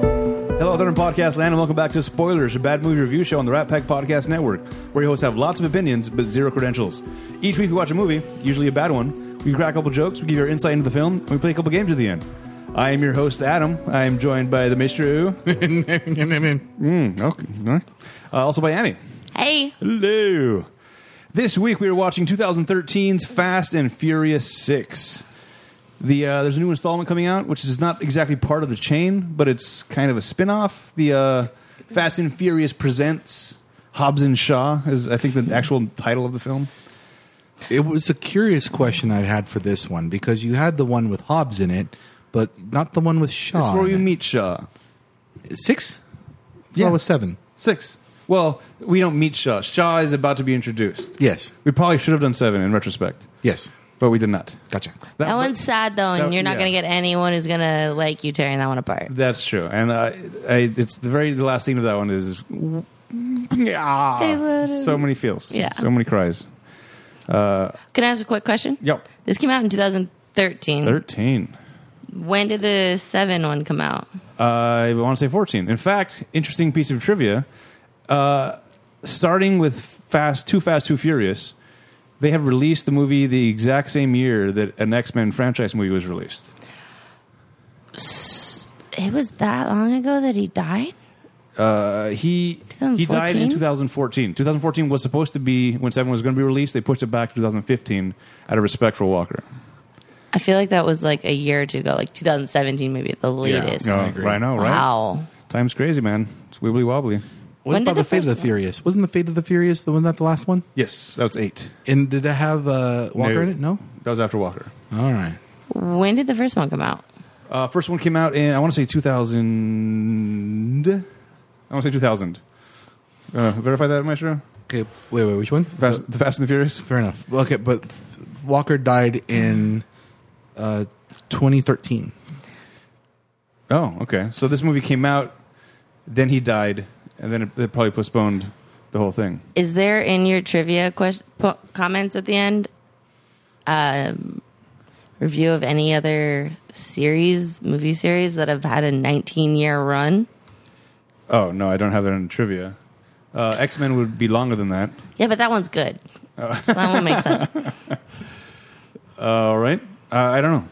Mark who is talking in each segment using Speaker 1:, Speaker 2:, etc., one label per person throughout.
Speaker 1: Hello, there in podcast land, and welcome back to Spoilers, a bad movie review show on the Rat Pack Podcast Network, where your hosts have lots of opinions but zero credentials. Each week we watch a movie, usually a bad one. We crack a couple jokes, we give your insight into the film, and we play a couple games at the end. I am your host, Adam. I am joined by the Mr. Ooh. Mm, okay. all right. Uh, also by Annie.
Speaker 2: Hey,
Speaker 1: Hello. This week we are watching 2013's Fast and Furious 6. The uh, there's a new installment coming out, which is not exactly part of the chain, but it's kind of a spin-off. The uh, Fast and Furious presents Hobbs and Shaw is I think the actual title of the film.
Speaker 3: It was a curious question I had for this one because you had the one with Hobbs in it, but not the one with Shaw.
Speaker 1: It's where
Speaker 3: in
Speaker 1: we
Speaker 3: it.
Speaker 1: meet Shaw.
Speaker 3: Six?
Speaker 1: Yeah.
Speaker 3: Yeah. it was seven.
Speaker 1: Six. Well, we don't meet Shaw. Shaw is about to be introduced.
Speaker 3: Yes.
Speaker 1: We probably should have done seven in retrospect,
Speaker 3: Yes.
Speaker 1: but we did not.
Speaker 3: Gotcha.
Speaker 2: that one's sad though, and
Speaker 1: that-
Speaker 2: you're not
Speaker 1: yeah.
Speaker 2: gonna get anyone who's gonna like you tearing that one apart.
Speaker 1: That's true, and uh, I, it's the very the last scene of that one is, yeah,
Speaker 2: little-
Speaker 1: so many feels,
Speaker 2: Yeah.
Speaker 1: so many cries.
Speaker 2: Can I ask a quick question?
Speaker 1: Yep,
Speaker 2: This came out in 2013.
Speaker 1: thirteen.
Speaker 2: When did the seven one come out?
Speaker 1: Uh, I want to say fourteen. In fact, interesting piece of trivia. Uh, starting with Fast, Too Fast, Too Furious, they have released the movie the exact same year that an X Men franchise movie was released.
Speaker 2: It was that long ago that he died.
Speaker 1: Uh, he he died in 2014.
Speaker 2: 2014?
Speaker 1: 2014 was supposed to be when Seven was going to be released. They pushed it back to 2015 out of respect for Walker.
Speaker 2: I feel like that was like a year or two ago, like 2017 maybe at the latest.
Speaker 3: Yeah.
Speaker 1: Oh,
Speaker 3: agree.
Speaker 1: right now, right?
Speaker 2: Wow.
Speaker 1: Time's crazy, man. It's wibbly wobbly.
Speaker 3: What
Speaker 2: When did
Speaker 3: about
Speaker 2: the
Speaker 3: the Fate of
Speaker 2: first
Speaker 3: the
Speaker 2: one?
Speaker 3: Furious? Wasn't the Fate of the Furious the one that the last one?
Speaker 1: Yes, that was eight.
Speaker 3: And did it have uh, Walker
Speaker 1: No.
Speaker 3: in it? No.
Speaker 1: That was after Walker.
Speaker 3: All right.
Speaker 2: When did the first one come out?
Speaker 1: Uh, first one came out in I want to say 2000. I want to say 2000. Uh, verify that, Maestro.
Speaker 3: Okay. Wait. Wait. Which one?
Speaker 1: Fast, the Fast and the Furious.
Speaker 3: Fair enough. Okay. But F- Walker died in uh, 2013.
Speaker 1: Oh, okay. So this movie came out, then he died, and then it, it probably postponed the whole thing.
Speaker 2: Is there in your trivia quest- po- comments at the end? Um, review of any other series, movie series that have had a 19 year run?
Speaker 1: Oh no, I don't have that in trivia. Uh, X Men would be longer than that.
Speaker 2: Yeah, but that one's good.
Speaker 1: Oh.
Speaker 2: So that one makes sense.
Speaker 1: All right. Uh, I don't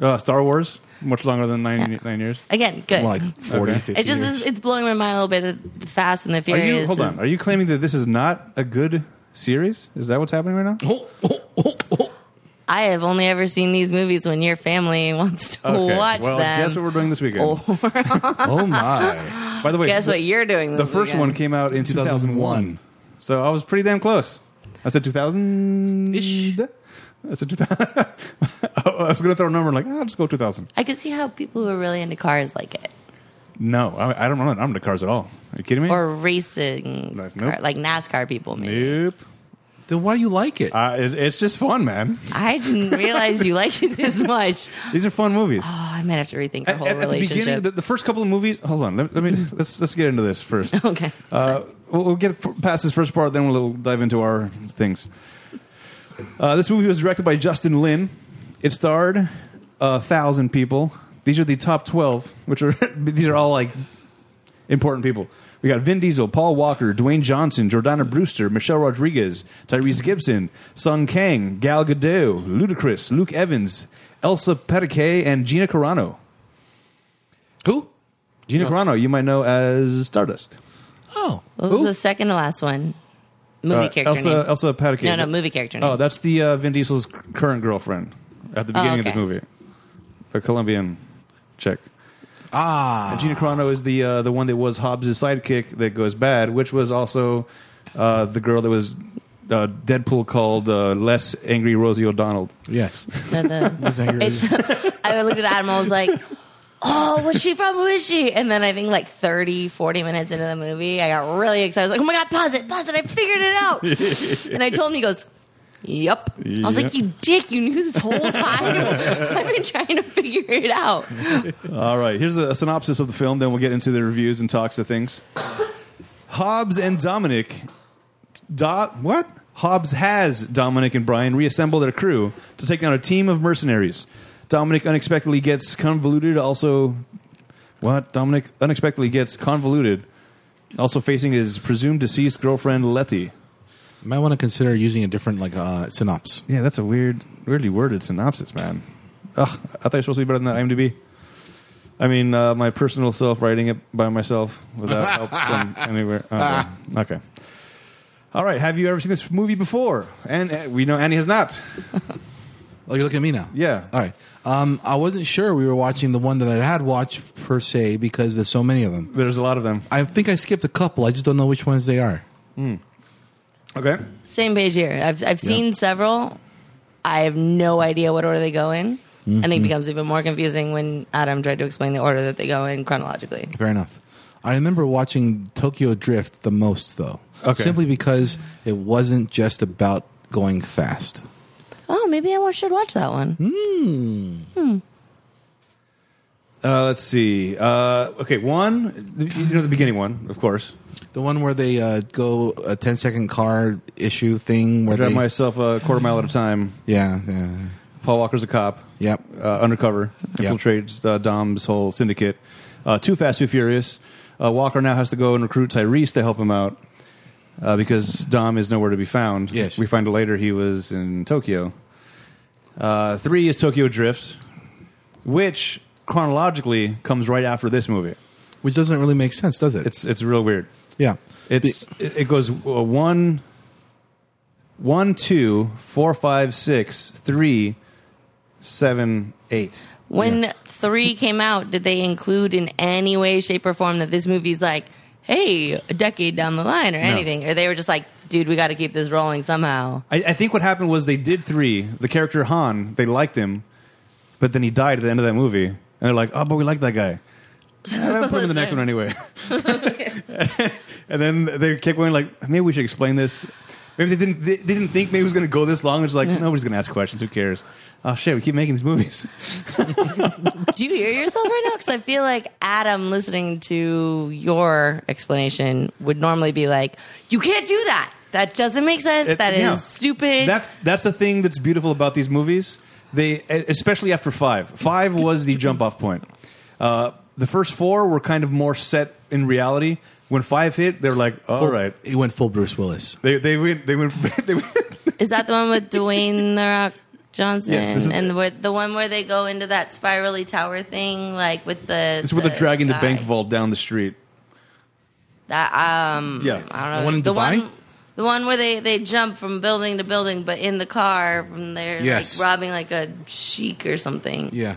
Speaker 1: know. Uh, Star Wars much longer than nine,
Speaker 2: Yeah.
Speaker 1: nine years.
Speaker 2: Again, good.
Speaker 3: Well, like 40,
Speaker 1: Okay.
Speaker 3: 50
Speaker 2: it just
Speaker 3: years.
Speaker 2: is, it's blowing my mind a little bit that the Fast and the
Speaker 1: Are you
Speaker 2: Furious.
Speaker 1: hold
Speaker 2: is-
Speaker 1: on? Are you claiming that this is not a good series? Is that what's happening right now?
Speaker 2: I have only ever seen these movies when your family wants to watch
Speaker 1: well,
Speaker 2: them.
Speaker 1: guess what we're doing this weekend.
Speaker 2: or
Speaker 3: oh my.
Speaker 1: By the way,
Speaker 2: guess
Speaker 1: the,
Speaker 2: what you're doing.
Speaker 1: the
Speaker 2: this
Speaker 1: first
Speaker 2: weekend.
Speaker 1: one came out in 2001.
Speaker 3: 2001.
Speaker 1: so I was pretty damn close. I said 2000.
Speaker 3: Ish.
Speaker 1: I said 2000. I was going to throw a number like I'll just go 2000.
Speaker 2: I could see how people who are really into cars like it.
Speaker 1: No, I, I don't know. I'm into cars at all. Are you kidding me?
Speaker 2: or racing,
Speaker 1: Like,
Speaker 2: like,
Speaker 1: nope.
Speaker 2: car, like NASCAR people. Maybe.
Speaker 1: nope.
Speaker 3: Then why do you like it?
Speaker 1: Uh, it, it's just fun, man.
Speaker 2: I didn't realize you liked it this much.
Speaker 1: These are fun movies.
Speaker 2: Oh, I might have to rethink the
Speaker 1: At-
Speaker 2: whole
Speaker 1: at, at the
Speaker 2: relationship.
Speaker 1: beginning, the, the first couple of movies. Hold on, let, let me let's let's get into this first.
Speaker 2: okay,
Speaker 1: Uh, we'll, we'll get f- past this first part, then we'll dive into our things. Uh, this movie was directed by Justin Lin. It starred a thousand people. These are the top twelve, which are these are all like important people. We got Vin Diesel, Paul Walker, Dwayne Johnson, Jordana Brewster, Michelle Rodriguez, Tyrese Gibson, Sung Kang, Gal Gadot, Ludacris, Luke Evans, Elsa Petticay, and Gina Carano.
Speaker 3: Who?
Speaker 1: Gina Carano, you might know as Stardust.
Speaker 3: Oh.
Speaker 2: what was
Speaker 3: Who?
Speaker 2: the second to last one? Movie
Speaker 1: Uh,
Speaker 2: character
Speaker 1: Elsa,
Speaker 2: name.
Speaker 1: Elsa Padicay.
Speaker 2: No, no, movie character name.
Speaker 1: Oh, that's the uh, Vin Diesel's c- current girlfriend at the
Speaker 2: Oh,
Speaker 1: beginning of
Speaker 2: okay.
Speaker 1: the movie, the Colombian chick.
Speaker 3: Ah.
Speaker 1: Gina Carano is the uh, the one that was Hobbs' sidekick that goes bad, which was also uh, the girl that was uh, Deadpool called uh, less angry Rosie O'Donnell.
Speaker 3: Yes.
Speaker 2: No, the-
Speaker 3: Is angry.
Speaker 2: it's, I looked at Adam. I was like. Oh, where's she from? Who is she? And then I think like 30, 40 minutes into the movie, I got really excited. I was like, oh my God, pause it, pause it. I figured it out. and I told him, he goes, Yep. I was like,
Speaker 1: Yeah.
Speaker 2: you dick, you knew this whole time. I've been trying to figure it out.
Speaker 1: All right, here's a, a synopsis of the film. Then we'll get into the reviews and talks of things. Hobbs and Dominic. Dot what? Hobbs has Dominic and Brian reassemble their crew to take down a team of mercenaries. Dominic unexpectedly gets convoluted, also What? Dominic unexpectedly gets convoluted, also facing his presumed deceased girlfriend, Letty.
Speaker 3: You might want to consider using a different like uh, synopsis.
Speaker 1: Yeah, that's a weird, weirdly worded synopsis, man. Ugh, I thought you were supposed to be better than that IMDb. I mean, uh, my personal self writing it by myself without help from anywhere. Okay. okay. All right. Have you ever seen this movie before? And uh, we know Annie has not.
Speaker 3: Oh, you look at me now.
Speaker 1: Yeah.
Speaker 3: All right. Um, I wasn't sure we were watching the one that I had watched per se because there's so many of them.
Speaker 1: There's a lot of them.
Speaker 3: I think I skipped a couple. I just don't know which ones they are.
Speaker 1: Okay.
Speaker 2: Same page here. I've I've seen several. I have no idea what order they go in. I think it becomes even more confusing when Adam tried to explain the order that they go in chronologically.
Speaker 3: Fair enough. I remember watching Tokyo Drift the most though,
Speaker 1: Okay.
Speaker 3: simply because it wasn't just about going fast.
Speaker 2: Oh, maybe I wa- should watch that one.
Speaker 1: Uh, let's see. Uh, okay. One, the- you know, the beginning one, of course.
Speaker 3: The one where they uh, go a 10 second car issue thing where
Speaker 1: I drive
Speaker 3: they,
Speaker 1: myself a quarter mile at a time.
Speaker 3: yeah, yeah,
Speaker 1: Paul Walker's a cop.
Speaker 3: yep.
Speaker 1: uh, undercover,
Speaker 3: Yeah.
Speaker 1: infiltrates uh, Dom's whole syndicate. Uh, too fast, too furious. Uh, Walker now has to go and recruit Tyrese to help him out uh, because Dom is nowhere to be found.
Speaker 3: Yes.
Speaker 1: We find out later he was in Tokyo. Uh, three is Tokyo Drift, which chronologically comes right after this movie.
Speaker 3: Which doesn't really make sense, does it?
Speaker 1: It's it's real weird.
Speaker 3: yeah.
Speaker 1: It's it, it goes uh, one, one, two, four, five, six, three, seven, eight.
Speaker 2: When three came out, did they include in any way, shape, or form that this movie's like, hey, a decade down the line or anything? Or they were just like, dude, we got to keep this rolling somehow.
Speaker 1: I, I think what happened was they did three. The character Han, they liked him, but then he died at the end of that movie, and they're like, "Oh, but we like that guy." Eh, put him in the next one anyway. and then they kept going like, "Maybe we should explain this." Maybe they didn't. They they didn't think maybe it was going to go this long. It's like nobody's going to ask questions. Who cares? Oh shit, we keep making these movies.
Speaker 2: Do you hear yourself right now? Because I feel like Adam listening to your explanation would normally be like, you can't do that. That doesn't make sense.
Speaker 1: It-
Speaker 2: that is
Speaker 1: yeah.
Speaker 2: stupid.
Speaker 1: That's that's the thing that's beautiful about these movies. They e, especially after five. Five was the jump off point. Uh, the first four were kind of more set in reality. When five hit, they're like, all
Speaker 3: Full-
Speaker 1: right.
Speaker 3: It went full Bruce Willis.
Speaker 1: They they went they went they went.
Speaker 2: Is that the one with Dwayne the Rock Johnson
Speaker 1: Yes, this is-
Speaker 2: and the, the one where they go into that spirally tower thing, like with the
Speaker 1: It's where they're dragging the bank
Speaker 2: guy?
Speaker 1: vault down the street.
Speaker 2: That um,
Speaker 1: Yeah.
Speaker 2: I don't know
Speaker 3: The one in
Speaker 2: the
Speaker 3: Dubai?
Speaker 2: one the one where they they jump from building to building, but in the car from there,
Speaker 3: Yes.
Speaker 2: like robbing like a sheik or something.
Speaker 3: Yeah.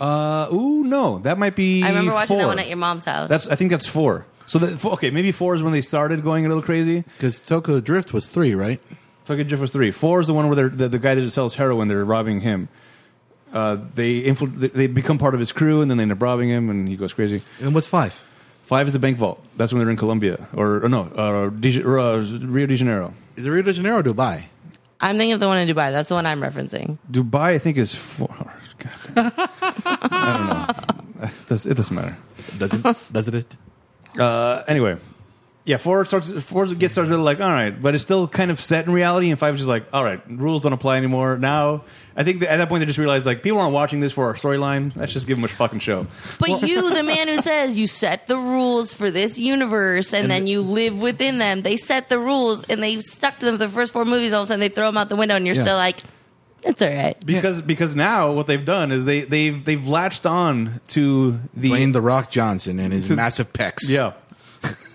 Speaker 1: Uh, ooh, no, that might be.
Speaker 2: I remember watching that
Speaker 1: four.
Speaker 2: one at your mom's house.
Speaker 1: That's I think that's four. So that, four, okay, maybe four is when they started going a little crazy.
Speaker 3: Because Tokyo Drift was three, right?
Speaker 1: Fucking Jeff was three. Four is the one where they're, the, the guy that sells heroin, they're robbing him. Uh, they infil- they- they become part of his crew, and then they end up robbing him, and he goes crazy.
Speaker 3: And what's five?
Speaker 1: Five is the bank vault. That's when they're in Colombia, or, or no, uh, De- or, uh, Rio de Janeiro.
Speaker 3: Is it Rio de Janeiro or Dubai?
Speaker 2: I'm thinking of the one in Dubai. That's the one I'm referencing.
Speaker 1: Dubai, I think, is four. God damn. I don't know. It does- it doesn't matter.
Speaker 3: Doesn't doesn't it?
Speaker 1: Uh, anyway, yeah, four starts. Four gets started like all right, but it's still kind of set in reality. And five is just like all right, rules don't apply anymore. Now, I think that at that point they just realized like people aren't watching this for our storyline. Let's just give them a fucking show.
Speaker 2: But you, the man who says you set the rules for this universe and,
Speaker 3: And
Speaker 2: then
Speaker 3: the-
Speaker 2: you live within them, they set the rules and they stuck to them for the first four movies. All of a sudden, they throw them out the window, and you're
Speaker 3: Yeah.
Speaker 2: still like, it's all right.
Speaker 1: Because because now what they've done is they they've they've latched on to the
Speaker 3: Dwayne the Rock Johnson and his massive pecs.
Speaker 1: yeah.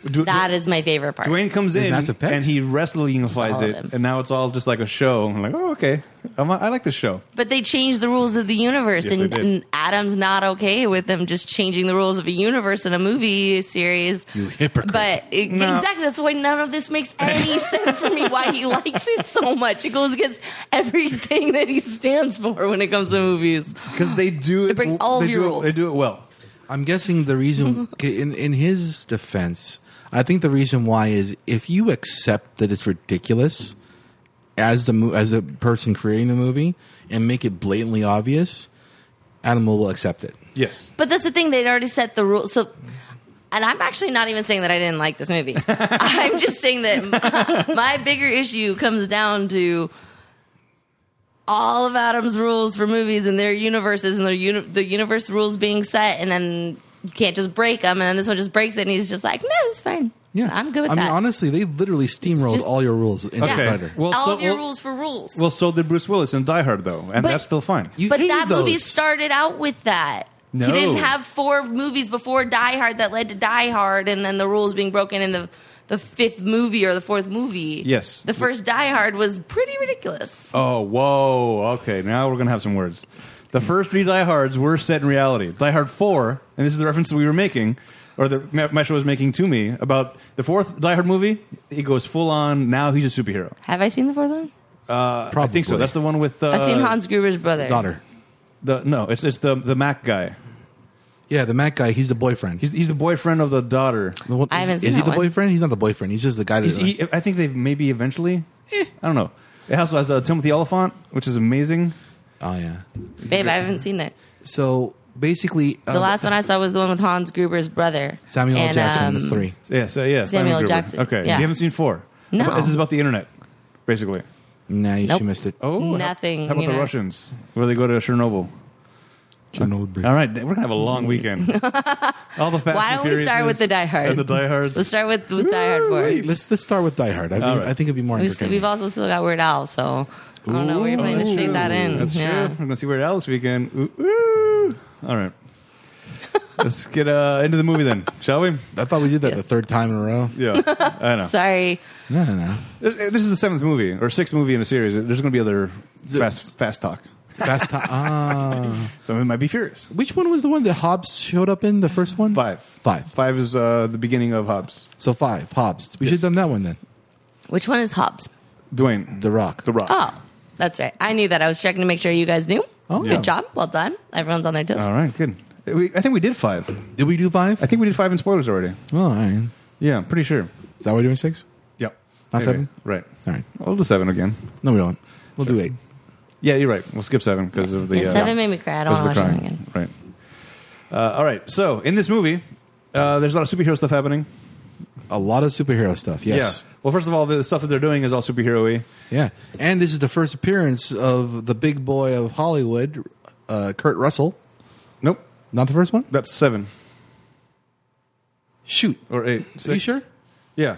Speaker 1: Du-
Speaker 2: That is my favorite part.
Speaker 1: Dwayne comes
Speaker 3: His
Speaker 1: in
Speaker 3: massive pecs.
Speaker 1: and he wrestlingifies
Speaker 2: Just all of
Speaker 1: it,
Speaker 2: them.
Speaker 1: and now it's all just like a show. I'm like, oh okay, I'm, I like this show.
Speaker 2: But they changed the rules of the universe,
Speaker 1: Yes,
Speaker 2: and,
Speaker 1: they did.
Speaker 2: and Adam's not okay with them just changing the rules of a universe in a movie series.
Speaker 3: You hypocrite.
Speaker 2: But it-
Speaker 1: No.
Speaker 2: exactly, that's why none of this makes any sense for me. Why he likes it so much? It goes against everything that he stands for when it comes to movies.
Speaker 1: Because they do it.
Speaker 2: breaks all
Speaker 1: they
Speaker 2: of your
Speaker 1: do it-
Speaker 2: rules.
Speaker 1: They do it well.
Speaker 3: I'm guessing the reason, in in his defense, I think the reason why is if you accept that it's ridiculous as the mo- as a person creating the movie and make it blatantly obvious, Adam will accept it.
Speaker 1: Yes.
Speaker 2: But that's the thing; they'd already set the rules. So, and I'm actually not even saying that I didn't like this movie. I'm just saying that my, my bigger issue comes down to all of Adam's rules for movies and their universes and their uni- the universe rules being set, and then you can't just break him. And then this one just breaks it, and he's just like, no, it's fine.
Speaker 3: Yeah,
Speaker 2: I'm good with
Speaker 3: I
Speaker 2: that.
Speaker 3: mean, honestly, they literally steamrolled
Speaker 2: just-
Speaker 3: all your rules into
Speaker 1: Okay.
Speaker 3: Predator.
Speaker 1: Well,
Speaker 2: All
Speaker 1: so,
Speaker 2: of your
Speaker 1: well,
Speaker 2: rules for rules.
Speaker 1: well, so did Bruce Willis in Die Hard, though, and
Speaker 2: But-
Speaker 1: that's still fine.
Speaker 3: You
Speaker 2: but
Speaker 3: hated
Speaker 2: that movie
Speaker 3: those.
Speaker 2: started out with that.
Speaker 1: No.
Speaker 2: He didn't have four movies before Die Hard that led to Die Hard, and then the rules being broken in the the fifth movie or the fourth movie.
Speaker 1: Yes.
Speaker 2: the first Die Hard was pretty ridiculous.
Speaker 1: Oh, whoa. Okay, now we're going to have some words. The first three Die Hards were set in reality. Die Hard 4, and this is the reference that we were making, or that Ma- Metro was making to me, about the fourth Die Hard movie, he goes full on, now he's a superhero.
Speaker 2: Have I seen the fourth one?
Speaker 1: I think so.
Speaker 3: Probably.
Speaker 1: That's the one with. Uh,
Speaker 2: I've seen Hans Gruber's brother.
Speaker 3: daughter.
Speaker 1: The, no, it's, it's the, the Mac guy.
Speaker 3: Yeah, the Mac guy. He's the boyfriend.
Speaker 1: He's, he's the boyfriend of the daughter.
Speaker 3: the one,
Speaker 2: I haven't
Speaker 3: is,
Speaker 2: seen
Speaker 3: is he
Speaker 2: that
Speaker 3: the
Speaker 2: one.
Speaker 3: boyfriend? He's not the boyfriend. He's just the guy that.
Speaker 1: He's- he- I think they maybe eventually. I don't know. It also has uh, Timothy Oliphant, which is amazing.
Speaker 3: oh yeah.
Speaker 2: Babe, I haven't seen that.
Speaker 3: So basically,
Speaker 1: Uh,
Speaker 3: um,
Speaker 2: The last one I saw was the one with Hans Gruber's brother.
Speaker 3: Samuel L.
Speaker 2: And,
Speaker 3: Jackson.
Speaker 2: um,
Speaker 3: that's three.
Speaker 1: Yeah, so yeah,
Speaker 2: Samuel
Speaker 1: Simon Gruber.
Speaker 2: Jackson,
Speaker 1: Okay,
Speaker 2: yeah.
Speaker 1: so you haven't seen four.
Speaker 2: No.
Speaker 1: But this is about the internet, basically.
Speaker 3: Nah, you
Speaker 2: Nope.
Speaker 3: she missed it.
Speaker 1: Oh, how-
Speaker 2: Nothing,
Speaker 1: How, about
Speaker 2: you
Speaker 1: the
Speaker 2: know.
Speaker 1: Russians, where they go to Chernobyl?
Speaker 3: Chernobyl.
Speaker 1: All right, we're gonna have a long weekend. All the fast
Speaker 2: Why
Speaker 1: and
Speaker 2: don't we start
Speaker 1: Furiouses
Speaker 2: with the Die Hard?
Speaker 1: and the diehards.
Speaker 2: Let's start with, with Die Hard four.
Speaker 3: Wait, let's let's start with Die Hard. I, think-
Speaker 1: All right.
Speaker 3: I think it'd be more
Speaker 2: We've, st-
Speaker 3: entertaining.
Speaker 2: we've also still got Weird Al, so I don't know. We're
Speaker 1: Oh,
Speaker 2: planning to
Speaker 1: that's
Speaker 2: fit
Speaker 1: true.
Speaker 2: that in.
Speaker 1: That's
Speaker 2: yeah.
Speaker 1: true. We're gonna see Weird Al this weekend. Ooh, ooh. All right, let's get uh, into the movie then, shall we?
Speaker 3: I thought we did that the third time in a row.
Speaker 1: Yeah, I know.
Speaker 2: Sorry.
Speaker 3: No, no, no.
Speaker 1: This is the seventh movie or sixth movie in a series. There's gonna be other
Speaker 3: The-
Speaker 1: fast fast talk.
Speaker 3: Fast time. Ah.
Speaker 1: Some of it might be furious.
Speaker 3: which one was the one that Hobbs showed up in? The first one.
Speaker 1: Five.
Speaker 3: Five.
Speaker 1: Five is uh, the beginning of Hobbs.
Speaker 3: So five. Hobbs. We should have done that one then.
Speaker 2: Which one is Hobbs?
Speaker 1: Dwayne.
Speaker 3: The Rock.
Speaker 1: The Rock.
Speaker 2: Oh, that's right. I knew that. I was checking to make sure you guys knew.
Speaker 3: Oh,
Speaker 2: Good
Speaker 3: yeah.
Speaker 2: job. Well done. Everyone's on their toes.
Speaker 1: All right, good. We, I think we did five.
Speaker 3: Did we do five?
Speaker 1: I think we did five in spoilers already.
Speaker 3: Oh, all right.
Speaker 1: Yeah, I'm pretty sure.
Speaker 3: Is that why we're doing six?
Speaker 1: Yep.
Speaker 3: Not seven?
Speaker 1: Right.
Speaker 3: All right.
Speaker 1: We'll do seven again.
Speaker 3: No, we don't. We'll do eight.
Speaker 1: Yeah, you're right. We'll skip seven because of the.
Speaker 2: Yeah,
Speaker 1: uh,
Speaker 2: seven made me cry. I don't
Speaker 1: because
Speaker 2: want to
Speaker 1: of
Speaker 2: watch
Speaker 1: the
Speaker 2: it again.
Speaker 1: crying. Right. Uh, all right. So in this movie, uh, there's a lot of superhero stuff happening.
Speaker 3: A lot of superhero stuff. Yes.
Speaker 1: Yeah. Well, first of all, the stuff that they're doing is all superhero-y.
Speaker 3: Yeah. And this is the first appearance of the big boy of Hollywood, uh, Kurt Russell.
Speaker 1: Nope.
Speaker 3: Not the first one?
Speaker 1: That's seven
Speaker 3: Shoot.
Speaker 1: or eight. Six.
Speaker 3: Are you sure?
Speaker 1: Yeah.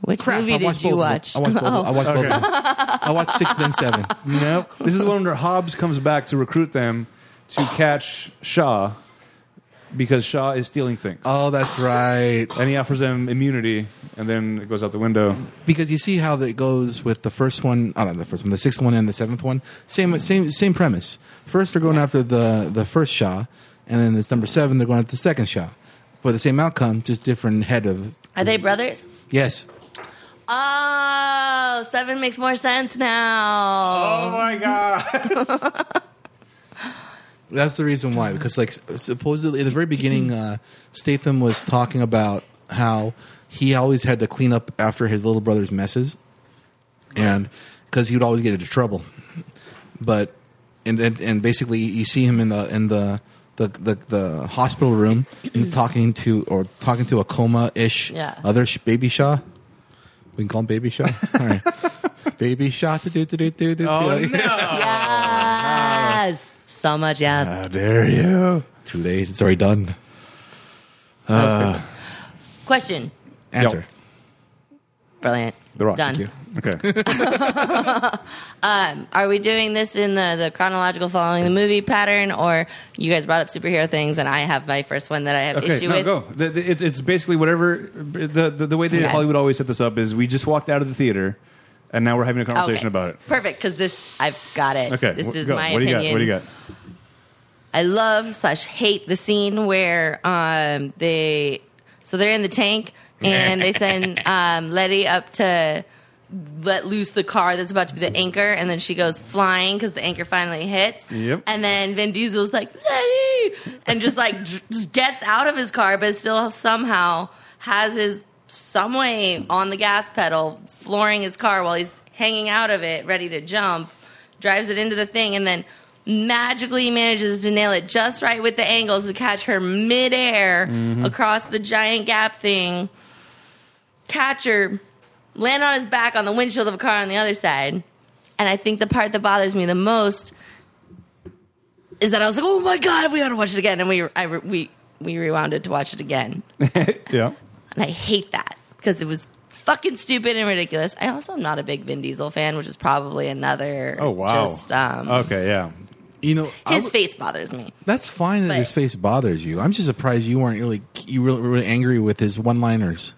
Speaker 2: Which movie
Speaker 3: watched
Speaker 2: did you
Speaker 3: both of them.
Speaker 2: watch?
Speaker 3: I watched both. of them. I watched both. Of them. I watched six, then seven.
Speaker 1: No, this is the one where Hobbs comes back to recruit them to catch Shaw because Shaw is stealing things,
Speaker 3: Oh, that's right.
Speaker 1: and he offers them immunity, and then it goes out the window.
Speaker 3: Because you see how that goes with the first one. Oh, not the first one. The sixth one and the seventh one. Same, same, same premise. First, they're going after the the first Shah, and then it's number seven. They're going after the second Shah, for the same outcome, just different head of.
Speaker 2: Are they brothers?
Speaker 3: Yes.
Speaker 2: Oh, seven makes more sense now.
Speaker 1: my god!
Speaker 3: That's the reason why, because like supposedly at the very beginning, uh, Statham was talking about how he always had to clean up after his little brother's messes, and because he would always get into trouble. But and, and and basically, you see him in the in the the the, the hospital room and talking to or talking to a coma ish
Speaker 2: Yeah.
Speaker 3: other sh- baby Shaw. We can call him Baby Shaw. All right. baby Shaw. do-do-do-do-do-do.
Speaker 1: Oh no!
Speaker 2: Yes. So much yes.
Speaker 1: How dare you?
Speaker 3: Too late. It's already done.
Speaker 2: Question.
Speaker 3: Answer.
Speaker 1: Yep.
Speaker 2: Brilliant.
Speaker 1: The Rock.
Speaker 2: Done.
Speaker 3: Thank you.
Speaker 1: Okay.
Speaker 2: Are we doing this in the, the chronological following the movie pattern, or you guys brought up superhero things, and I have my first one that I have
Speaker 1: Okay.
Speaker 2: issue
Speaker 1: no,
Speaker 2: with?
Speaker 1: go. The, the, it's, it's basically whatever the, the the way that
Speaker 2: Okay.
Speaker 1: Hollywood always set this up is we just walked out of the theater, and now we're having a conversation
Speaker 2: Okay.
Speaker 1: about it.
Speaker 2: Perfect, because this I've got it.
Speaker 1: Okay.
Speaker 2: this
Speaker 1: wh-
Speaker 2: is
Speaker 1: go.
Speaker 2: my
Speaker 1: what
Speaker 2: opinion.
Speaker 1: do you got? What do you got?
Speaker 2: I love slash hate the scene where um, they so they're in the tank and they send um, Letty up to let loose the car that's about to be the anchor, and then she goes flying because the anchor finally hits.
Speaker 1: Yep.
Speaker 2: And then Vin Diesel's like Letty, and just like dr- just gets out of his car, but still somehow has his some way on the gas pedal, flooring his car while he's hanging out of it, ready to jump. Drives it into the thing, and then magically manages to nail it just right with the angles to catch her midair across the giant gap thing. Catch her, land on his back on the windshield of a car on the other side. And I think the part that bothers me the most is that I was like, "Oh my god, we got to watch it again," and we I, re- we we rewound it to watch it again.
Speaker 1: yeah.
Speaker 2: And I hate that because it was fucking stupid and ridiculous. I also am not a big Vin Diesel fan, which is probably another.
Speaker 1: Oh wow.
Speaker 2: Just, um,
Speaker 1: okay. Yeah.
Speaker 3: You know, I
Speaker 2: his
Speaker 3: w-
Speaker 2: face bothers me.
Speaker 3: that's fine that
Speaker 2: but-
Speaker 3: his face bothers you. I'm just surprised you weren't really you were really angry with his one-liners.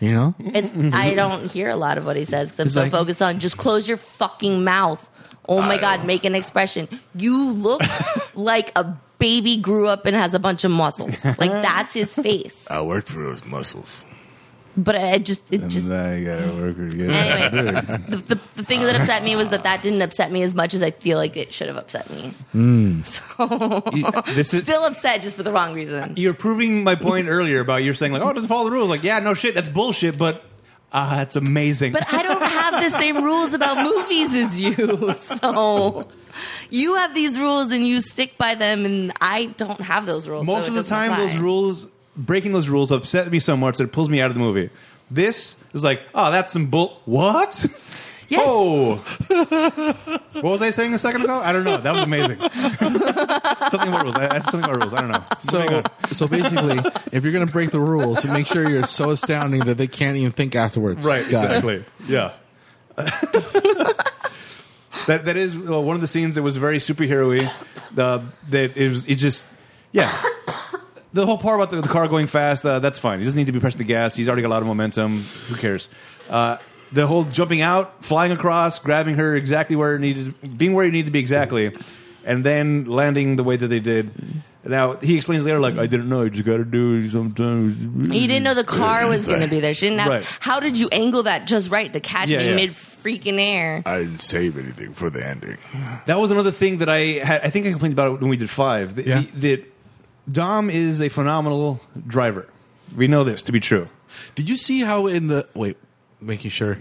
Speaker 3: You know,
Speaker 1: Oh
Speaker 2: It's I don't hear a lot of what he says because I'm
Speaker 3: It's
Speaker 2: so
Speaker 3: like-
Speaker 2: focused on just close your fucking mouth. Oh my god, make an expression. You look like a baby grew up and has a bunch of muscles. Like that's his face.
Speaker 3: I worked for those muscles.
Speaker 2: But I just it just
Speaker 1: I gotta work her again.
Speaker 2: Anyway, the, the, the thing that upset me was that that didn't upset me as much as I feel like it should have upset me. So
Speaker 1: This is.
Speaker 2: still upset just for the wrong reason.
Speaker 1: You're proving my point earlier about you're saying like, oh, it doesn't follow the rules. Like, yeah, no shit, that's bullshit, but ah, it's amazing.
Speaker 2: But I don't have the same rules about movies as you. So you have these rules and you stick by them, and I don't have those rules. so
Speaker 1: Most
Speaker 2: it
Speaker 1: of the
Speaker 2: doesn't
Speaker 1: time,
Speaker 2: apply.
Speaker 1: those rules, breaking those rules, upset me so much that it pulls me out of the movie. This is like, oh, that's some bull. What?
Speaker 2: Yes.
Speaker 1: Oh, what was I saying a second ago? I don't know. That was amazing. something about rules. I, I- something about rules. I don't know.
Speaker 3: So, so basically, if you're going to break the rules, make sure you're so astounding that they can't even think afterwards.
Speaker 1: Right,
Speaker 3: Got it.
Speaker 1: exactly. Yeah. that that is uh, one of the scenes that was very superhero-y. Uh, that it was it just yeah. The whole part about the, the car going fast, uh, that's fine. He doesn't need to be pressing the gas. He's already got a lot of momentum. Who cares? Uh, the whole jumping out, flying across, grabbing her exactly where it needed, being where you need to be exactly, and then landing the way that they did. Now he explains later, like I didn't know. You just got to do it sometimes.
Speaker 2: You didn't know the car was going to be there. She didn't ask,
Speaker 1: Right.
Speaker 2: how did you angle that just right to catch
Speaker 1: Yeah,
Speaker 2: me
Speaker 1: yeah.
Speaker 2: mid freaking air?
Speaker 4: I didn't save anything for the ending.
Speaker 1: That was another thing that I had. I think I complained about it when we did five. That,
Speaker 3: Yeah.
Speaker 1: that Dom is a phenomenal driver. We know this to be true.
Speaker 3: Did you see how in the wait, making sure?